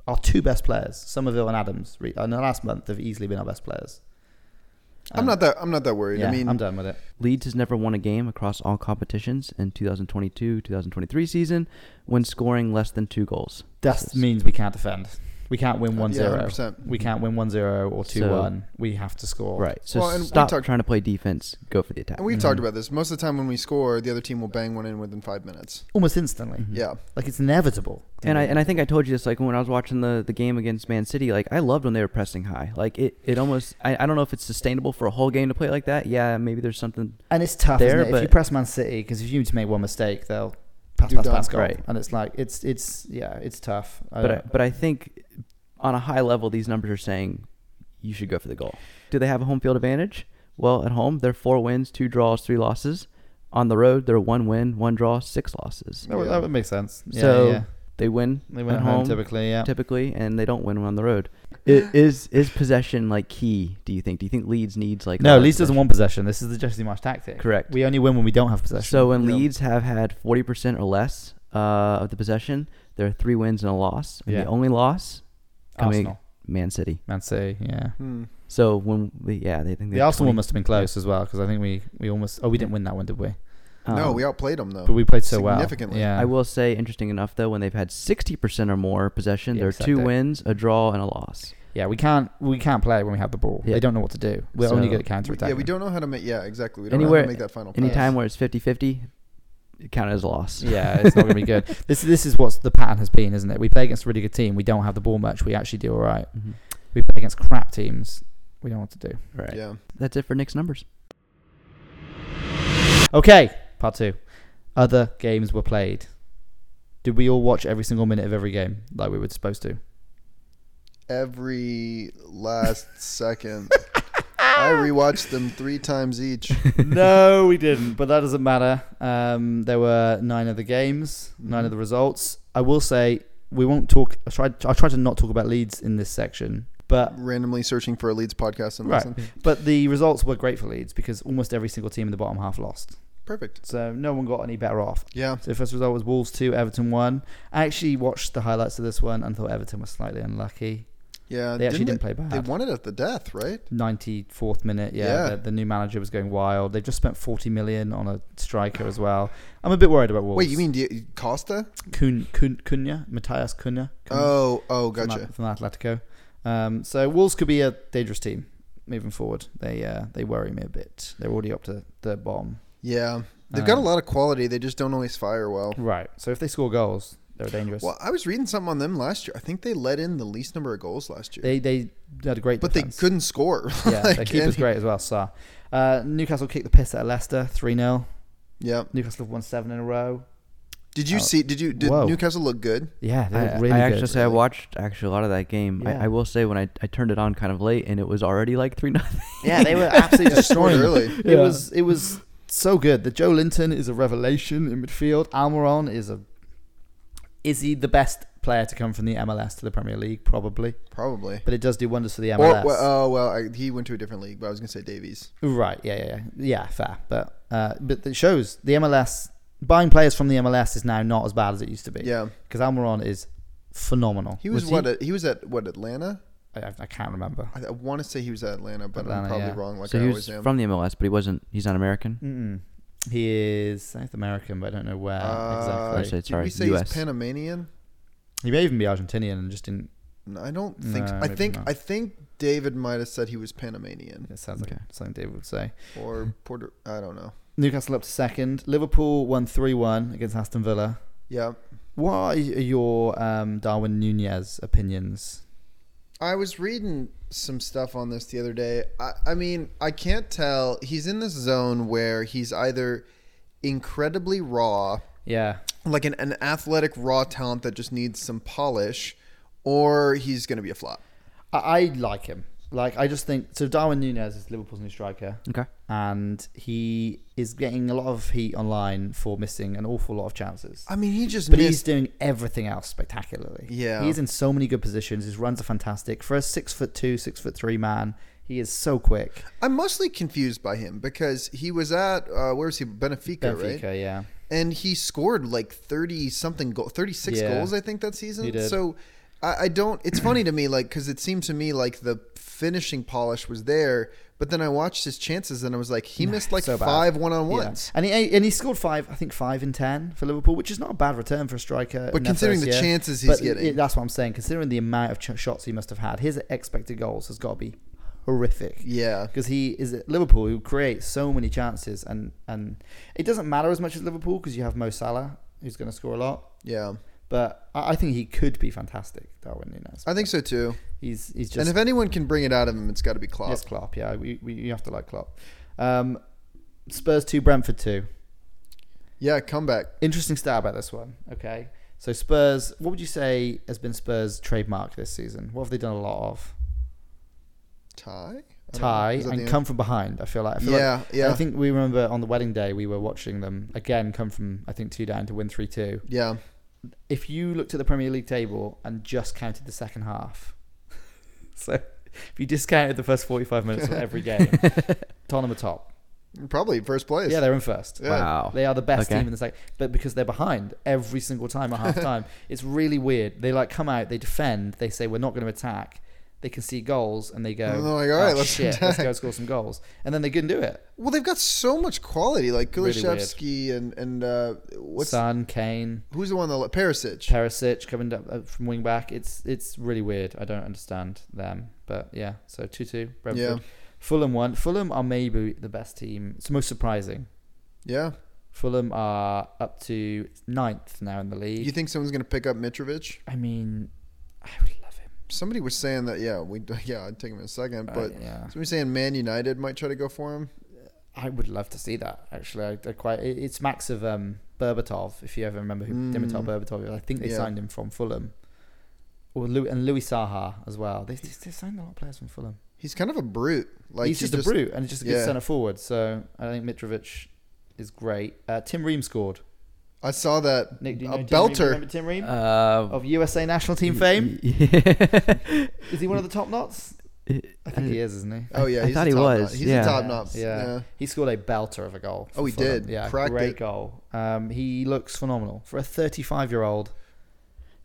our two best players, Somerville and Adams. Re- uh, In the last month, they've easily been our best players. Um,
I'm not that. I'm not that worried.
Yeah,
I mean,
I'm done with it.
Leeds has never won a game across all competitions in 2022-2023 season when scoring less than two goals.
That means we can't defend. We can't win 1 0.
100%.
we can't win 1 0 or 2 1. We have to score.
Right. So
Well, and we
stop
talked-
trying to play defense. Go for the attack.
and we've
Mm-hmm.
talked about this. Most of the time, when we score, the other team will bang one in within five minutes.
Almost instantly.
Mm-hmm. Yeah,
Like it's inevitable.
and I and I think I told you this like when I was watching the, the game against Man City. Like I loved when they were pressing high. Like it, it almost I, I don't know if it's sustainable for a whole game to play like that. Yeah, maybe there's something.
And it's tough,
There,
isn't it? If
but-
you press Man City, because if you make one mistake, they'll pass,
You're
pass,
done.
pass, goal.
Right.
And it's like, it's, it's, yeah, it's tough. Uh, I
But I,
don't-
but I think on a high level, these numbers are saying you should go for the goal. Do they have a home field advantage? Well, at home they're four wins, two draws, three losses. On the road they're one win, one draw, six losses.
that, would, that would make sense. Yeah,
so
yeah.
they win.
They win at home typically, yeah.
Typically, and they don't win on the road. I- Is is possession like key? Do you think? Do you think Leeds needs like
No,
all that
Leeds doesn't
possession?
want possession. This is the Jesse Marsh tactic.
Correct.
We only win when we don't have possession.
So when Leeds have had forty percent or less uh, of the possession, there are three wins and a loss, and
Yeah.
the only loss coming
Arsenal.
Man City.
Man City, yeah.
Hmm.
So when we, yeah, they think
The Arsenal one must have been close as well because I think we, we almost oh we didn't win that one did we?
no, we outplayed them though.
But we played so well.
significantly.
Yeah,
Oh, Um, I will say, interesting enough though, when they've had sixty percent or more possession,
Yeah,
there are
exactly.
two wins, a draw, and a loss.
yeah. We can't we can't play when we have the ball.
Yeah.
They don't know what to do. We're
So-
only good at counter
We-
attacking.
yeah, we don't know how to make. Yeah, exactly. We don't know how
Anywhere,
to make that final.
any
pass.
time where it's 50-50, it counted as a loss.
Yeah, it's not gonna be good. This this is what the pattern has been, isn't it? We play against a really good team. We don't have the ball much. We actually do all right.
Mm-hmm.
We play against crap teams. We don't know what to do.
Right.
Yeah.
That's it for Nick's numbers.
Okay, part two. Other games were played. Did we all watch every single minute of every game like we were supposed to?
Every last second. I rewatched them three times each.
no, we didn't. But that doesn't matter. Um, there were nine other games, nine
Mm-hmm.
of the results. I will say we won't talk. I tried. I tried to not talk about Leeds in this section But
randomly searching for a Leeds podcast and
right,
listen.
but the results were great for Leeds because almost every single team in the bottom half lost.
Perfect.
So no one got any better off.
Yeah.
So first result was Wolves two, Everton one. I actually watched the highlights of this one and thought Everton was slightly unlucky.
Yeah,
They actually didn't
they-
play bad.
They won it at the death, right?
94th minute. Yeah,
Yeah.
The, the new manager was going wild. They've just spent 40 million on a striker as well. I'm a bit worried about Wolves.
Wait, you mean Di- Costa?
Kun, Kun, Cunha, Matthias Cunha? Cunha
Oh, oh,
from
gotcha.
At- From, Atletico. Um, so Wolves could be a dangerous team moving forward. They uh, they worry me a bit. They're already up to the bomb.
Yeah, they've got a
Um,
lot of quality. They just don't always fire well.
Right. So if they score goals, they're dangerous.
Well, I was reading something on them last year. I think they let in the least number of goals last year,
They they had a great
but
defense.
they couldn't score.
Yeah, their
Like,
keeper's
and-
great as well, Sar. Uh, Newcastle kicked the piss out of Leicester 3 0.
Yeah.
Newcastle have won seven in a row.
Did you
Oh.
see? Did you? Did
Whoa.
Newcastle look good?
Yeah, they
I,
look really
I
good.
actually say I watched actually a lot of that game.
Yeah.
I, I will say when I, I turned it on kind of late and it was already like three nothing.
Yeah, they were absolutely
Scored
destroying. them.
early.
It was it was so good. The Joe Linton is a revelation in midfield. Almiron is a is he the best player to come from the MLS to the Premier League? Probably,
Probably.
but it does do wonders for the
Or
MLS.
well, oh well, I, he went to a different league, but I was gonna say Davies.
Right. Yeah. Yeah. Yeah. Yeah, Fair. But uh, but it shows the MLS buying players from the MLS is now not as bad as it used to be.
Yeah.
Because Almiron is phenomenal.
He was, what? uh, He? he was at what Atlanta?
I, I can't remember.
I, I want to say he was at Atlanta, but
Atlanta,
I'm probably
yeah.
wrong. Like
so
I
he
always
was
am.
from the MLS, but he wasn't. He's not American.
Mm-mm. He is South American, but Ah, I don't know where
Uh,
exactly.
Actually, it's
did we
alright,
say
US.
he's Panamanian?
He may even be Argentinian and just didn't.
No, I don't think.
No,
so. I
maybe
think.
not.
I think David might have said he was Panamanian
It sounds like
Okay.
something David would say.
or Puerto. I don't know.
Newcastle up to second. Liverpool won 3 1 against Aston Villa.
Yeah,
What are y- your um, Darwin Nunez opinions?
I was reading some stuff on this the other day. I, I mean, I can't tell. He's in this zone where he's either incredibly raw,
Yeah.
like an, an athletic raw talent that just needs some polish, or he's going to be a flop.
I, I like him. Like, I just think. So, Darwin Nunez is Liverpool's new striker.
Mm.
Okay.
And he is getting a lot of heat online for missing an awful lot of chances.
I mean, he just
But he's
missed.
doing everything else spectacularly.
Yeah.
he's in so many good positions. His runs are fantastic for a six foot two, six foot three man. He is so quick.
I'm mostly confused by him because he was at uh, where was he? Benfica,
Benfica,
right?
yeah.
And he scored like thirty something goal, thirty six
Yeah.
goals, I think that season.
He did.
So I, I don't. It's funny to me, like because it seemed to me like the finishing polish was there, but then I watched his chances and I was like, he missed like
so bad.
five one on
Yeah.
ones.
And he and he scored five, I think five and ten for Liverpool, which is not a bad return for a striker.
But
in their
considering
first
the
year.
chances he's
But
getting.
it- that's what I'm saying. Considering the amount of ch- shots he must have had, his expected goals has got to be horrific.
Yeah.
because he is at Liverpool who creates so many chances, and and it doesn't matter as much as Liverpool because you have Mo Salah who's going to score a lot.
Yeah,
But I I think he could be fantastic, Darwin Nunes.
I think so too.
He's he's
and
just
if anyone can bring it out of him, it's got to be Klopp.
yes, Klopp. Yeah, we, we, you have to like Klopp. Um, Spurs two, Brentford two.
Yeah, comeback.
Interesting stat about this one. Okay, so Spurs. What would you say has been Spurs' trademark this season? What have they done a lot of?
Tie. I don't know.
Tie
Is that the
and
end?
come from behind. I feel like. I feel like-
Yeah, yeah.
I think we remember on the wedding day we were watching them again come from I think two down to win three two.
Yeah,
if you looked at the Premier League table and just counted the second half, so if you discounted the first 45 minutes of every game, Tottenham are top.
probably first place.
Yeah, they're in first.
Yeah.
Wow.
They are the best
Okay.
team in the second, but because they're behind every single time at half time, it's really weird. They like come out, they defend, they say, We're not going to attack. They can see goals and they go,
And they're like, "All right,
"Oh,
let's
shit, let's go
attack."
score some goals. And then they couldn't do it.
Well, they've got so much quality, like
Really weird.
Kulishevsky and and uh, what's
Son, Kane,
who's the one that let Perisic?
Perisic coming up uh, from wing back. It's it's really weird. I don't understand them, but yeah. So two two Brentford.
Yeah.
Fulham one. Fulham are maybe the best team. It's most surprising.
Yeah,
Fulham are up to ninth now in the league.
you think someone's gonna pick up Mitrovic?
I mean, I would love him.
Somebody was saying that. Yeah, we yeah, I'd take him in a second,
Uh,
but
yeah.
somebody's saying Man United might try to go for him.
I would love to see that. Actually, I, I quite. It, it's Max of um, Berbatov, if you ever remember who
Mm.
Dimitar Berbatov. is. I think they
Yeah.
signed him from Fulham. Or Lou, and Louis Saha as well. They, they, they signed a lot of players from Fulham.
He's kind of a brute. Like
he's
he
just, a brute and he's just a good
yeah.
centre forward. So I think Mitrovic is great. Uh, Tim Ream scored.
I saw that
Nick, do you know
a
Tim Ream?
belter.
Remember Tim Ream
Oh,
Uh,
of USA national team fame? Is he one of the top knots? I think he is, isn't he?
Oh yeah,
I
he's
thought
a
he
top
was,
Knot. He's
yeah.
a top knot.
Yeah.
yeah.
he scored a belter of a goal. for
Oh, he
Fulham.
did.
Yeah,
Cracked
great
it.
goal. Um, he looks phenomenal for a 35-year-old.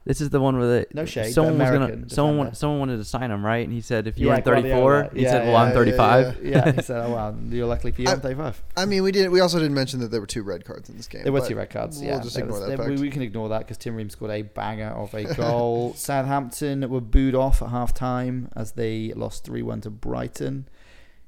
This is the one where the
No shade, but
someone was
American
gonna someone wa-
defender.
someone wanted to sign him, right? And he said, "If you
Yeah,
aren't 34,
Guardiola.
he
Yeah,
said, "Well,
yeah,
I'm
yeah,
35."
yeah,
Yeah, he said, "Oh wow, you're lucky for you, I'm 35."
I mean, we didn't. We also didn't mention that there were two red cards in this game.
There were
but
two red cards.
We'll
yeah,
just
There
ignore
was-
that
there-
fact.
we, we can ignore that because Tim Ream scored a banger of a goal. Southampton were booed off at half time as they lost 3 1 to Brighton.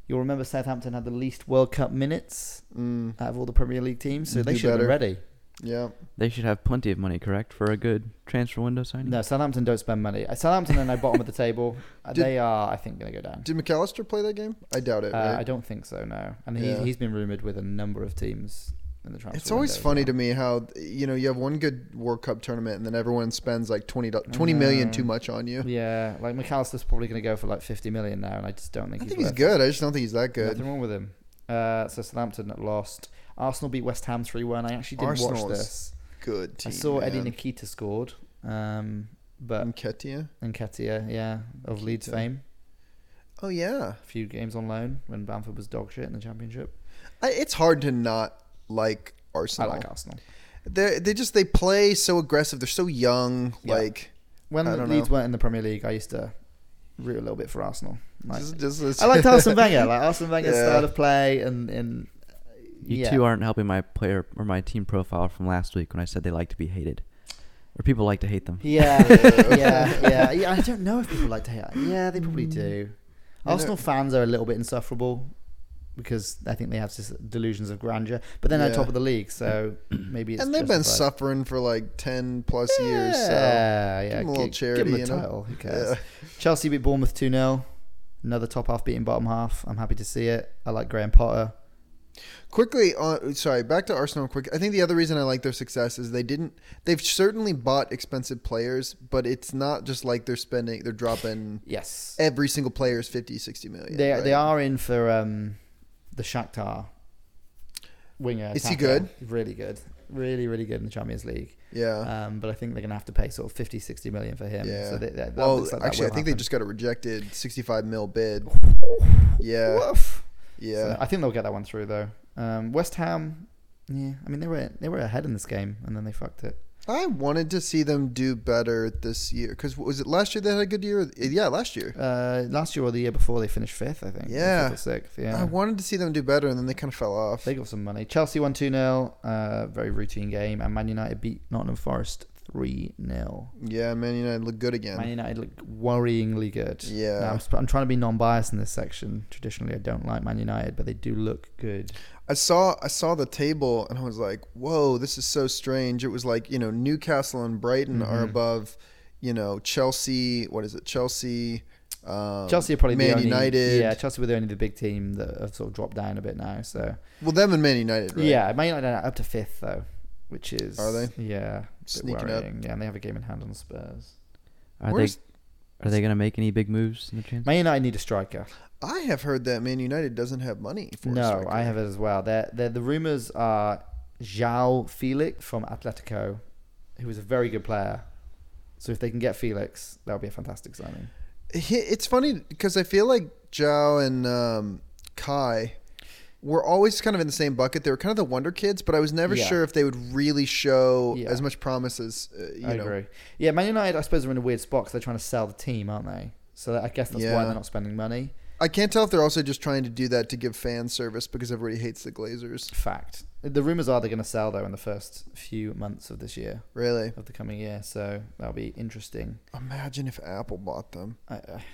You'll remember Southampton had the least World Cup minutes
Mm,
out of all the Premier League teams, so
Do
they should have been
better.
ready.
yeah.
They should have plenty of money, correct, for a good transfer window signing.
No, Southampton don't spend money. Uh, Southampton are now bottom of the table. Uh,
Did-
they are, I think, going to go down.
Did McAllister play that game? I doubt it.
Uh,
right?
I don't think so, no. And he,
Yeah.
he's been rumoured with a number of teams in the transfer
It's always
window as
funny
well.
to me how you know you have one good World Cup tournament and then everyone spends like 20, do- 20
know.
million too much on you.
Yeah, like McAllister's probably going to go for like 50 million now, and I just don't think
I
he's
think he's
worth it.
good. I just don't think he's that good.
Nothing wrong with him. Uh, so Southampton lost. Arsenal beat West Ham 3 1. I actually didn't watch
Arsenal's
this.
Good. Team,
I saw Eddie
man.
Nikita scored, um, but
Nketiah.
Nketiah, yeah, of Leeds
Nikita.
fame.
Oh yeah.
A few games on loan when Bamford was dog shit in the Championship.
I, it's hard to not like
I
Arsenal.
like Arsenal.
They they just they play so aggressive. They're so young.
Yeah.
Like
When
I don't
Leeds
know.
weren't in the Premier League, I used to root a little bit for Arsenal. Like,
just- just- it's-
I liked Arsene Wenger, like Arsene Wenger's
Yeah.
style of play, and, and
You
yeah.
two aren't helping my player or my team profile from last week when I said they like to be hated, or people like to hate them.
Yeah, yeah, yeah, yeah. I don't know if people like to hate. Yeah, they
Hmm.
probably do.
I know-
Arsenal fans are a little bit insufferable because I think they have s- delusions of grandeur, but then they're
Yeah.
top of the league, so maybe it's
and they've been
justified.
suffering for like ten plus
yeah,
years. So
Yeah, yeah.
give 'em a little
gi-
charity,
Give
you
them a
know?
title. Who cares?
Yeah.
Chelsea beat Bournemouth two 0 Another top half beating bottom half. I'm happy to see it. I like Graham Potter.
quickly, on, sorry, back to Arsenal. Quick, I think the other reason I like their success is they didn't. They've certainly bought expensive players, but it's not just like they're spending. They're dropping
Yes,
every single player is 50, 60 million.
they
right?
they are in for um, the Shakhtar winger.
Is he
attacker. Really good. Really, really good in the Champions League.
Yeah.
Um, but I think they're going to have to pay sort of 50, 60 million for him.
yeah.
So that, that, that
well,
looks like that
actually, I
will
think they
happen.
just got a rejected sixty-five mil bid. Yeah.
Woof. So
Yeah.
I think they'll get that one through though. Um, West Ham. Yeah, I mean they were they were ahead in this game and then they fucked it.
I wanted to see them do better this year because was it last year they had a good year? Yeah, last year.
Uh, last year or the year before they finished fifth, I think. or
Yeah.
fifth or sixth. Yeah.
I wanted to see them do better, and then they kind of fell off.
they got some money. Chelsea won two 0 uh, Very routine game. And Man United beat Nottingham Forest three 0
yeah, Man United look good again.
Man United look worryingly good.
Yeah.
Now, I'm, sp- I'm trying to be non-biased in this section. Traditionally, I don't like Man United, but they do look good.
I saw I saw the table and I was like, "Whoa, this is so strange." It was like you know Newcastle and Brighton
Mm-hmm.
are above, you know Chelsea. What is it? Chelsea. Um,
Chelsea are probably
Man
the only,
United.
Yeah, Chelsea were the only the big team that have sort of dropped down a bit now. So
Well, them and Man United. Right?
yeah, Man United are up to fifth though, which is
Are they?
Yeah, a bit
Sneaking up.
worrying. Yeah, and they have a game in hand on Spurs.
Are
Where's-
they are they gonna make any big moves in the transfer?
Man United need a striker.
I have heard that Man United doesn't have money. for a
no,
striker.
I have it as well. They're, they're, the rumors are João Felix from Atletico, who is a very good player. So if they can get Felix, that would be a fantastic signing.
He- It's funny because I feel like Zhao and um, Kai were always kind of in the same bucket. They were kind of the wonder kids, but I was never
Yeah.
sure if they would really show
Yeah.
as much promise as uh, you
I
know.
agree. Yeah, Man United, I suppose, are in a weird spot 'cause they're trying to sell the team, aren't they? So that, I guess that's why
Yeah.
they're not spending money.
I can't tell if they're also just trying to do that to give fan service because everybody hates the Glazers.
Fact. The rumors are they're going to sell though in the first few months of this year,
Really?
of the coming year. So that'll be interesting.
Imagine if Apple bought them.
I, I,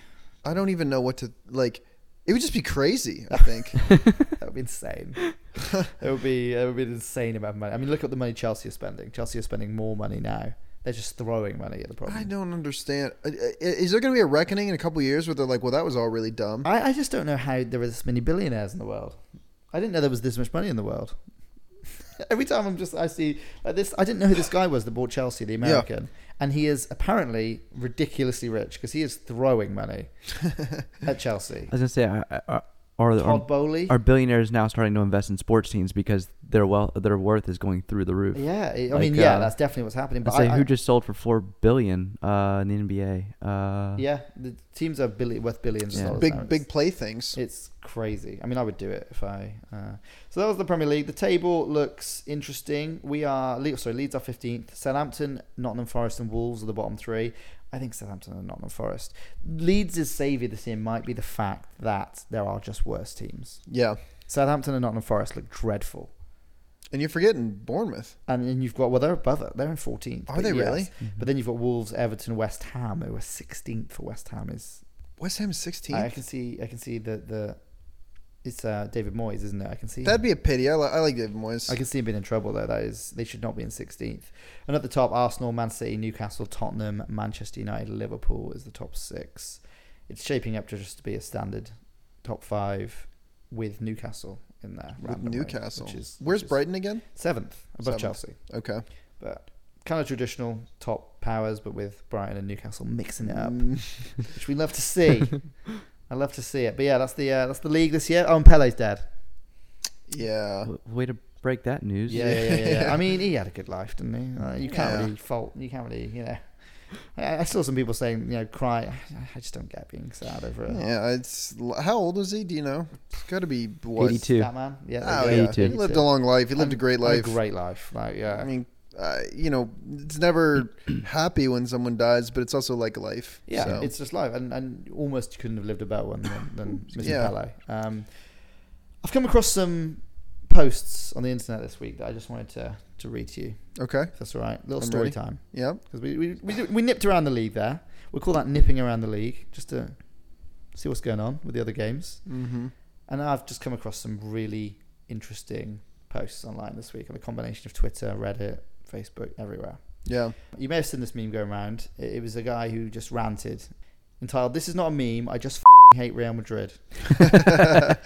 I don't even know what to like. It would just be crazy. I think.
that would be insane. it would be it would be an insane amount of money. I mean, look at the money Chelsea are spending. Chelsea are spending more money now. They're just throwing money at the problem.
I don't understand. I- I- Is there going to be a reckoning in a couple years where they're like, "Well, that was all really dumb."
I, I just don't know how there are this many billionaires in the world. I didn't know there was this much money in the world. Every time I'm just I see like this, I didn't know who this guy was that bought Chelsea, the American, and he is apparently ridiculously rich because he is throwing money at Chelsea.
I was gonna say I, I, are
Todd Bowley.
are billionaires now starting to invest in sports teams because their wealth, their worth is going through the roof?
yeah, I
Like,
mean, yeah,
uh,
that's definitely what's happening. But
Let's say
I,
who
I-
just sold for four billion uh, in the NBA? Uh,
yeah, the teams are billi- worth billions of
Yeah.
dollars. now.
Big
It's-
big playthings.
It's crazy. I mean, I would do it if I. Uh... So that was the Premier League. The table looks interesting. We are Le- sorry, Leeds are fifteenth. Southampton, Nottingham Forest, and Wolves are the bottom three. I think Southampton and Nottingham Forest. Leeds' saviour this year might be the fact that there are just worse teams.
Yeah,
Southampton and Nottingham Forest look dreadful.
and you're forgetting Bournemouth.
And then you've got well, they're above it. They're in 14th.
Are
but
they really? Mm-hmm.
But then you've got Wolves, Everton, West Ham, who are 16th. For West Ham is
West Ham is 16.
I can see I can see the the it's uh, David Moyes, isn't it? I can see
That'd be a pity. I, li- I like David Moyes.
I can see him being in trouble though. That is, they should not be in 16th. And at the top, Arsenal, Man City, Newcastle, Tottenham, Manchester United, Liverpool is the top six. It's shaping up to just be a standard top five with Newcastle in there.
with
randomly,
Newcastle.
which is-
Where's
which is
Brighton again?
Seventh above
Seventh.
Chelsea,
Okay.
but kind of traditional top powers, but with Brighton and Newcastle mixing it up,
Mm,
which we love to see. I love to see it. But yeah, that's the uh, that's the league this year. Oh, and Pele's dead.
yeah.
w- way to break that news.
Yeah, yeah, yeah, yeah. I mean, he had a good life, didn't he? Uh, you can't
Yeah.
really fault. You can't really, you know. I, I saw some people saying, you know, cry. I, I just don't get being sad over it.
Yeah. It's how old was he? Do you know? It's got to be what?
82.
That man. Yeah.
Oh
there you
yeah.
go.
He lived a long life. He lived a great
What
life.
A great life. Like, yeah.
I mean, uh, you know, it's never happy when someone dies, but it's also like life.
yeah,
So,
it's just life, and and you almost couldn't have lived a better one than, than Mr.
Yeah.
Pele. Um, I've come across some posts on the internet this week that I just wanted to to read to you.
okay.
If that's all right. Little
I'm
story
ready.
time.
Yeah.
because we, we, we, do- we nipped around the league there. We call that nipping around the league just to see what's going on with the other games.
Mm-hmm.
And I've just come across some really interesting posts online this week on a combination of Twitter, Reddit, Facebook, everywhere.
Yeah.
You may have seen this meme going around. It, it was a guy who just ranted, entitled "This is not a meme. I just f***ing hate Real Madrid." And I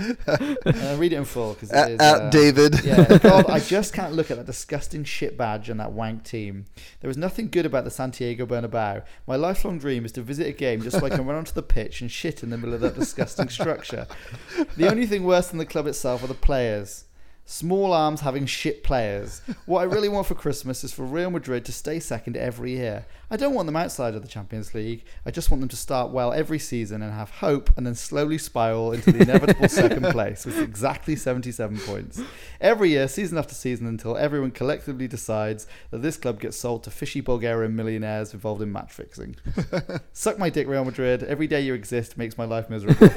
Uh, read it in full because
At, at David.
yeah, God, I just can't look at that disgusting shit badge and that wank team. There is nothing good about the Santiago Bernabeu. My lifelong dream is to visit a game just so I can run onto the pitch and shit in the middle of that disgusting structure. The only thing worse than the club itself are the players. Small arms having shit players. What I really want for Christmas is for Real Madrid to stay second every year. I don't want them outside of the Champions League. I just want them to start well every season and have hope and then slowly spiral into the inevitable second place with exactly 77 points. Every year, season after season, until everyone collectively decides that this club gets sold to fishy Bulgarian millionaires involved in match fixing. Suck my dick, Real Madrid. Every day you exist makes my life miserable.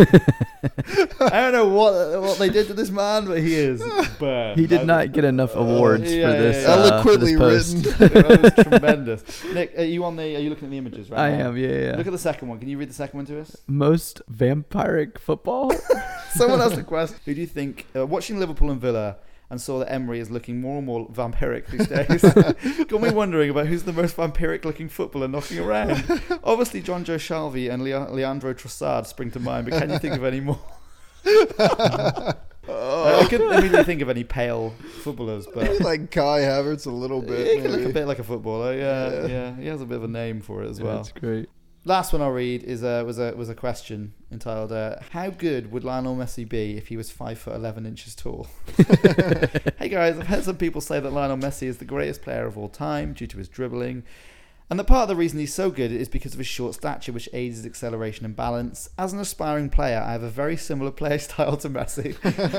I don't know what what they did to this man, but he is burned.
He did
I-
not get enough awards
yeah,
for
yeah,
this.
yeah.
uh, for this
Eloquently
post.
written.
that was tremendous. Nick, are you on the? Are you looking at the images right
I
now?
am, yeah, yeah.
Look at the second one. Can you read the second one to us?
Most vampiric football.
Someone asked a question. Who do you think uh, watching Liverpool and Villa? And saw that Emery is looking more and more vampiric these days. Got me wondering about who's the most vampiric looking footballer knocking around. Obviously, John Joe Shalvey and Lea- Leandro Trossard spring to mind, but can you think of any more? I couldn't immediately think of any pale footballers, but
Oh, like Kai Havertz a little bit.
He can look a
maybe.
bit like a footballer. Yeah, yeah, He has a bit of a name for it as well.
That's great.
Last one I'll read is a was a was a question entitled uh, "How good would Lionel Messi be if he was five foot eleven inches tall?" hey guys, I've heard some people say that Lionel Messi is the greatest player of all time due to his dribbling. And that part of the reason he's so good is because of his short stature, which aids his acceleration and balance. As an aspiring player, I have a very similar play style to Messi,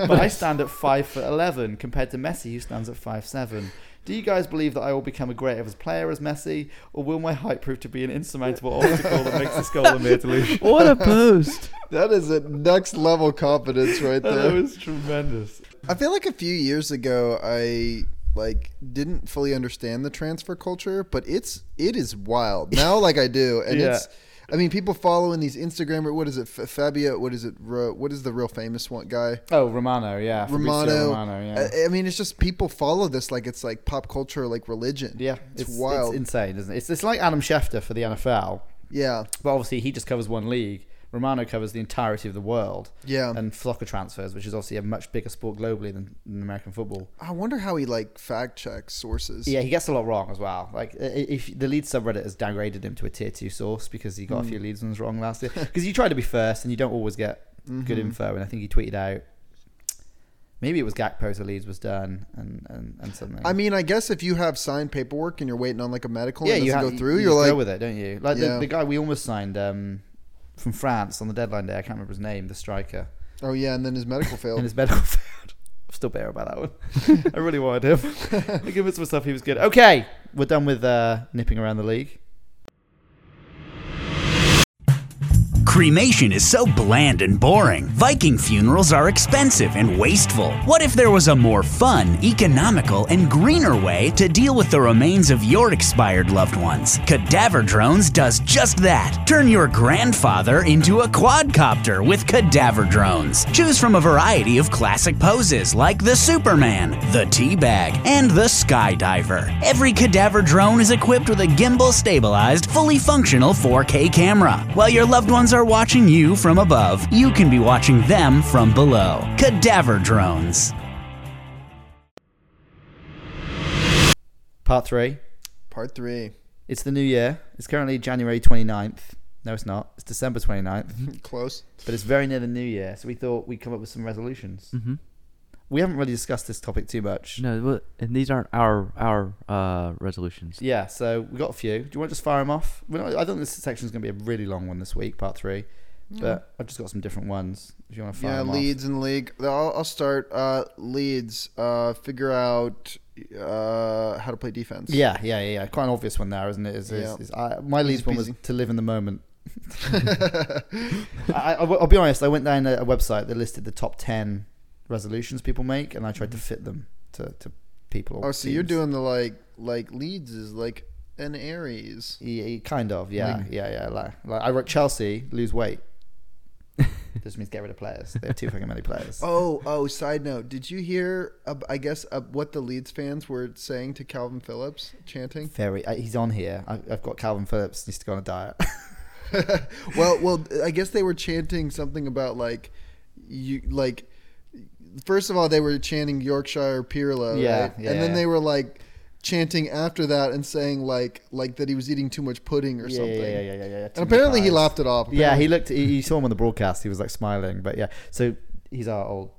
but I stand at five foot eleven compared to Messi, who stands at five seven. Do you guys believe that I will become a great as player as Messi, or will my height prove to be an insurmountable obstacle that makes this goal a mere delusion?
What a post.
That is a next level confidence right
That
there.
was tremendous.
I feel like a few years ago I like didn't fully understand the transfer culture, but it's it is wild. Now like I do and
Yeah.
it's I mean people following these Instagrammer what is it F- Fabio what is it Ro- what is the real famous one guy
Oh, Romano, yeah, Fabrizio
Romano. uh,
Romano, yeah.
I, I mean it's just people follow this like it's like pop culture like religion.
yeah,
It's, wild.
It's insane, isn't it? It's, it's like Adam Schefter for the NFL,
yeah.
but obviously he just covers one league. Romano covers the entirety of the world.
Yeah.
And soccer transfers, which is obviously a much bigger sport globally than, than American football.
I wonder how he like fact checks sources.
Yeah, he gets a lot wrong as well. Like, i- if the lead subreddit has
Hmm.
downgraded him to a tier two source because he got a few leads ones wrong last year. Because you try to be first, and you don't always get good
Mm-hmm.
info, and I think he tweeted out maybe it was Gakpo to Leeds was done and and, and something.
I mean, I guess if you have signed paperwork and you're waiting on like a medical,
yeah,
and it
you
doesn't
have
go through.
You,
You, are
just
like,
go with it, don't you? Like
Yeah.
the, the guy we almost signed um, from France on the deadline day. I can't remember his name. The striker
oh yeah, and then his medical
and
failed.
his medal failed. I'm still bitter about that one. I really wanted him. I give him some stuff. He was good. Okay, we're done with uh, nipping around the league.
Cremation is so bland and boring. Viking funerals are expensive and wasteful. What if there was a more fun, economical, and greener way to deal with the remains of your expired loved ones? Cadaver Drones does just that. Turn your grandfather into a quadcopter with Cadaver Drones. Choose from a variety of classic poses like the Superman, the Teabag, and the Skydiver. Every Cadaver Drone is equipped with a gimbal stabilized, fully functional 4K camera. While your loved ones are watching you from above, you can be watching them from below. Cadaver Drones.
Part three.
Part three,
It's the new year. It's currently January 29th. No, it's not. It's December
Mm-hmm.
29th.
close.
but it's very near the new year, so we thought we'd come up with some resolutions. Mm-hmm. We haven't really discussed this topic too much.
No, well, and these aren't our our uh, resolutions.
Yeah, so we got a few. Do you want to just fire them off? We're not, I don't think this section's going to be a really long one this week, part three. But I've just got some different ones. If you want to fire
Yeah,
them
Leeds in the league. I'll, I'll start. Uh, Leeds uh, figure out uh, how to play defense.
off. Yeah, yeah, yeah, yeah. Quite an obvious one there, isn't it? Is, is,
Yeah.
is- I, my Leeds one was
peasy.
to live in the moment. I, I, will be honest. I went down a, a website that listed the top ten resolutions people make, and I tried to fit them to, to people. Or
Mm. Oh, so you're
teams.
doing the like like Leeds is like an Aries.
Yeah, yeah, e, kind of, yeah, yeah, yeah. Like, like I wrote Chelsea lose weight. Just means get rid of players. They have too fucking many players.
Oh, oh. Side note: Did you hear? Uh, I guess uh, what the Leeds fans were saying to Calvin Phillips, chanting.
Very. I, he's on here. I, I've got Calvin Phillips needs to go on a diet.
well, well. I guess they were chanting something about like you like. First of all, they were chanting Yorkshire Pirlo,
Yeah,
right?
yeah,
and then
yeah.
they were like chanting after that and saying like like that he was eating too much pudding or
yeah,
something.
yeah, yeah, yeah, yeah, yeah.
And apparently he
laughed.
laughed it off.
Yeah, he looked. He, you saw him on the broadcast. He was like smiling, but yeah. So he's our old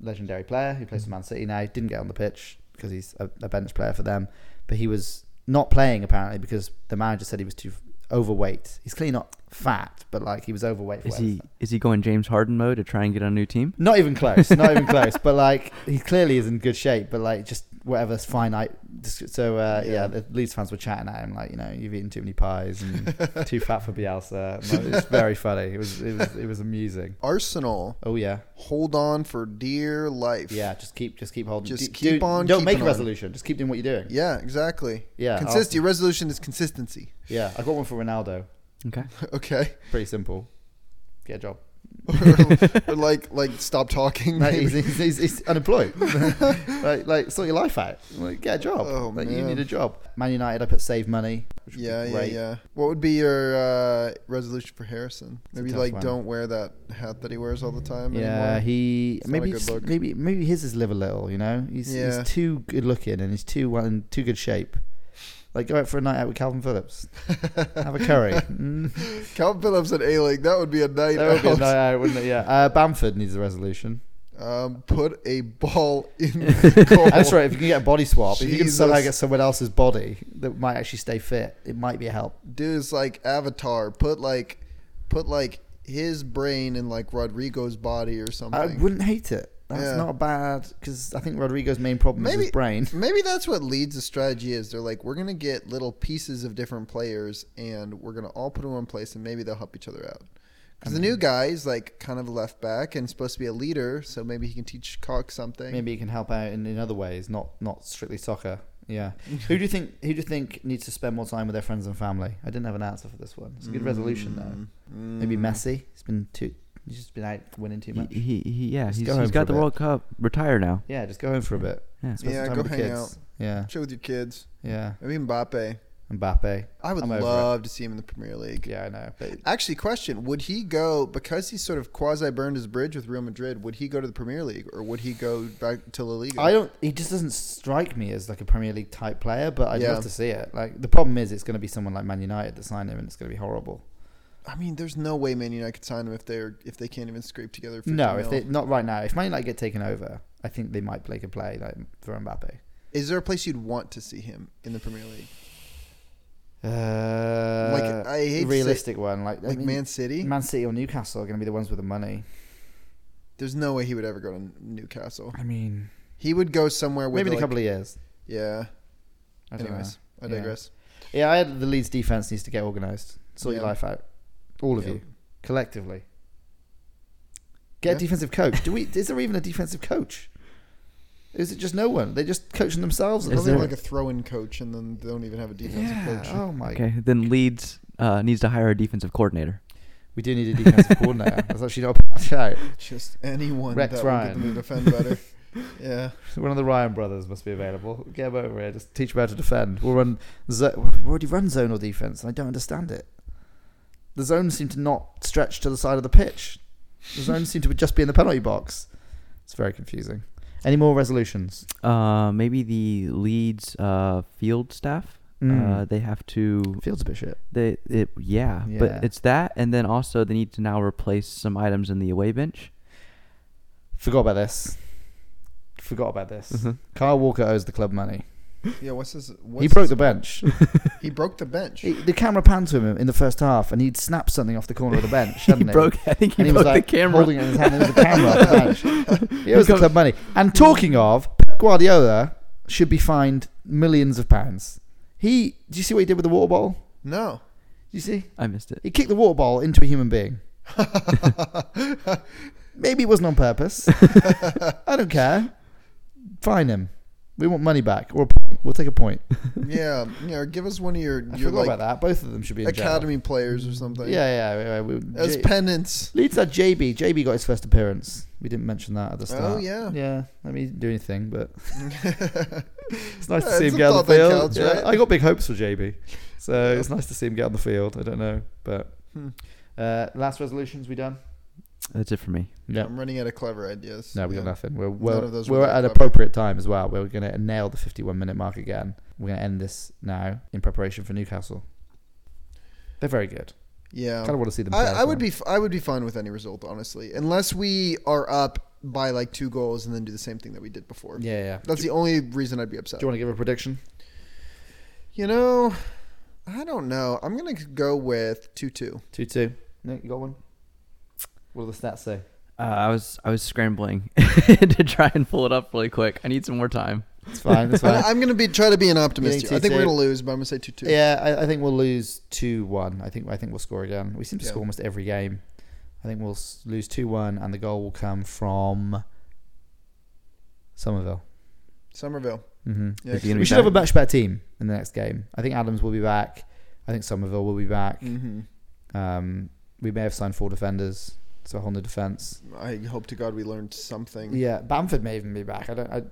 legendary player who plays for Man City now. Didn't get on the pitch because he's a, a bench player for them, but he was not playing apparently because the manager said he was too overweight. He's clearly not fat, but like he was overweight. For
Is
whatever-
he is he going James Harden mode to try and get on a new team?
Not even close. Not even close. But like he clearly is in good shape. But like just whatever's finite. So uh, yeah. the Leeds fans were chatting at him like, you know, you've eaten too many pies and too fat for Bielsa. And, like, it's very funny. It was it was it was amusing.
Arsenal,
Oh yeah,
hold on for dear life.
yeah. Just keep just keep holding.
Just
do-
keep
do-
on
Don't make
keeping
a
on.
resolution. Just keep doing what you're doing. Yeah,
Yeah, exactly.
Yeah,
Consistency.
Arsenal.
Resolution is consistency.
I got one for Ronaldo.
Okay.
Okay.
Pretty simple. Get a job.
or like like stop talking.
Like,
maybe.
he's, he's, he's, he's unemployed. like, like sort your life out. Like, get a job.
Oh,
like, you
man.
need a job. Man United, I put save money. Which would
Yeah,
be
yeah,
great.
yeah. What would be your uh, resolution for Harrison?
a
Maybe
tough
like
one.
don't wear that hat that he wears all the time.
Yeah,
anymore.
he
It's not a
maybe
good
just-
look.
maybe maybe his is live a little. You know, he's
Yeah.
he's too good looking and he's too well in too good shape. Like go out for a night out with Calvin Phillips, have a curry. Mm.
Calvin Phillips and A League. That would be a night
That would be a
out.
night out, wouldn't it? Yeah. Uh, Bamford needs a resolution.
Um, put a ball in. the goal.
That's right. If you can get a body swap, if you can somehow
Jesus.
get someone else's body that might actually stay fit, it might be a help.
Dude, it's like Avatar. Put like, put like his brain in like Rodrigo's body or something.
I wouldn't hate it. That's
Yeah.
not bad because I think Rodrigo's main problem is
Maybe
his brain.
Maybe that's what Leeds' strategy is. They're like, we're gonna get little pieces of different players, and we're gonna all put them in one place, and maybe they'll help each other out. Because the new guy is like kind of left back and supposed to be a leader, so maybe he can teach Cox something.
Maybe he can help out in, in other ways, not not strictly soccer. Yeah. who do you think who do you think needs to spend more time with their friends and family? I didn't have an answer for this one. It's a good resolution though.
Mm.
Maybe Messi. He's been too he's just been out winning too much.
He, he, he yeah,
Just
he's,
go home
he's
for a
got the
bit.
World Cup. Retire now.
Yeah, just go home for a bit.
Yeah.
Spend some
Yeah,
time
go
with the
hang
kids.
out.
Yeah.
Chill with your kids.
Yeah.
Maybe Mbappe.
Mbappe.
I would
I'm over it.
love to see him in the Premier League.
Yeah, I know. But
Actually, question: Would he go because he sort of quasi burned his bridge with Real Madrid? Would he go to the Premier League or would he go back to La Liga?
I don't. He just doesn't strike me as like a Premier League type player, but I'd
Yeah.
love to see it. Like the problem is, it's going to be someone like Man United that sign him, and it's going to be horrible.
I mean, there's no way Man United could sign him if they're if they can't even scrape together. 50
No, if
mil.
they not right now. If Man United get taken over, I think they might make a play like for Mbappe.
is there a place you'd want to see him in the Premier League?
Uh,
Like, I hate to say-
realistic one like I
Like
mean,
Man City?
Man City or Newcastle are going to be the ones with the money.
There's no way he would ever go to Newcastle.
I mean,
He would go somewhere with
maybe in
like-
a couple of years.
Yeah.
I don't
Anyways, I
Yeah.
digress.
know. yeah, I had the Leeds defense needs to get organised. Sort your
Yeah.
life out, all of
Yeah.
you collectively. Get
Yeah.
a defensive coach. Do we? Is there even a defensive coach? Is it just no one? They're just coaching themselves.
Is
Probably
there-
like a throw-in coach, and then they don't even have a defensive
yeah.
coach.
Oh my.
Okay, then Leeds uh, needs to hire a defensive coordinator.
We do need a defensive coordinator. That's actually not a bad shout.
Just anyone
Rex
that will get
Ryan.
them to defend better. yeah.
One of the Ryan brothers must be available. Get him over here. Just teach him how to defend. We'll run. Zo- We've already run zonal defense, and I don't understand it. The zones seem to not stretch to the side of the pitch. The zones seem to just be in the penalty box. It's very confusing. Any more resolutions?
Uh, maybe the Leeds uh, field staff.
Mm.
Uh, they have to.
Field's a bit shit.
They it yeah,
Yeah.
but it's that, and then also they need to now replace some items in the away bench.
Forgot about this. Forgot about this.
Mm-hmm.
Kyle Walker owes the club money.
Yeah. What's his? What's
he broke
his-
the bench.
He broke the bench.
He- the camera panned to him in the first half, and he'd snapped something off the corner of the bench.
He
hadn't
broke. I think he,
and he was
broke
like
the camera.
holding it in his hand. And there was a camera at the bench. He owes the club money. And talking of Pep Guardiola, should be fined millions of pounds. He, do you see what he did with the water bottle?
no.
Do you see?
I missed it.
He kicked the water bottle into a human being. Maybe it wasn't on purpose. I don't care. Fine him. We want money back or a point. We'll take a point.
Yeah. Yeah. or Give us one of your
I
your
forgot about
like
that. Both of them should be in jail.
academy players or something.
Yeah, yeah. yeah, we- we-
As
J-
penance.
Leeds had JB. JB got his first appearance. We didn't mention that at the start.
Oh, yeah.
yeah. I mean, he didn't do anything, but it's nice to
Yeah,
see him
it's a
get on
thought
the
that
field.
counts,
Yeah,
right?
I got big hopes for JB, so it's nice to see him get on the field. I don't know, but
Hmm.
uh, last resolutions we done?
That's it for me.
Yeah.
I'm running out of clever ideas.
No, we got
Yeah.
nothing. We're
None
we're,
of those
we're
were
at
that
an
clever.
appropriate time as well. We're going to nail the 51 minute mark again. We're going to end this now in preparation for Newcastle. They're very good.
Yeah.
Kind of want to see them. play
I, I
as
would
well.
be f- I would be fine with any result, honestly, unless we are up by like two goals and then do the same thing that we did before.
Yeah, yeah.
That's the only reason I'd be upset.
Do you want to give a prediction?
You know, I don't know. I'm gonna go with two two.
Two two. No, you got one. What do the stats say?
Uh, I was I was scrambling to try and pull it up really quick. I need some more time.
It's fine. It's fine.
I'm gonna be try to be an
You
optimist.
think
Here. I think we're
2-2?
gonna lose, but I'm gonna say two two.
yeah, I, I think we'll lose two one. I think I think we'll score again. We seem to
Yeah.
score almost every game. I think we'll s- lose two one, and the goal will come from Somerville.
Somerville.
hmm
Yeah,
Is he gonna
We
be
should have a
back?
much better team in the next game. I think Adams will be back. I think Somerville will be back.
hmm
Um, we may have signed four defenders, so a whole new defense.
I hope to God we learned something.
Yeah, Bamford may even be back. I don't. I,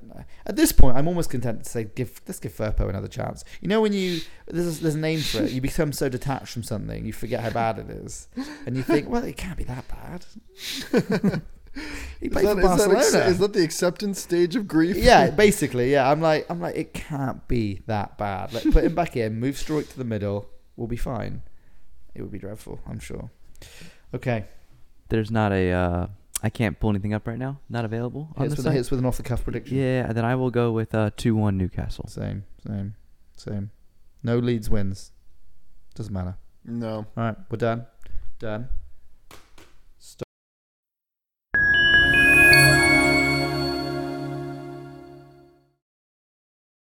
at this point, I'm almost content to say, give let's give Firpo another chance. You know, when you there's there's a name for it. You become so detached from something, you forget how bad it is, and you think, well, it can't be that bad. he
Is
played for
that, is, that
Barcelona.
ex- is that the acceptance stage of grief?
yeah, basically, yeah. I'm like, I'm like, it can't be that bad. Like, put him back in, move Stroik to the middle, we'll be fine. It would be dreadful, I'm sure. Okay,
There's not a. Uh, I can't pull anything up right now. Not available on
hits
the
with,
site.
hits with an off the cuff prediction.
Yeah, and then I will go with uh, two one Newcastle.
Same, same, same. No leads wins. Doesn't matter.
No.
All right, we're done. Done.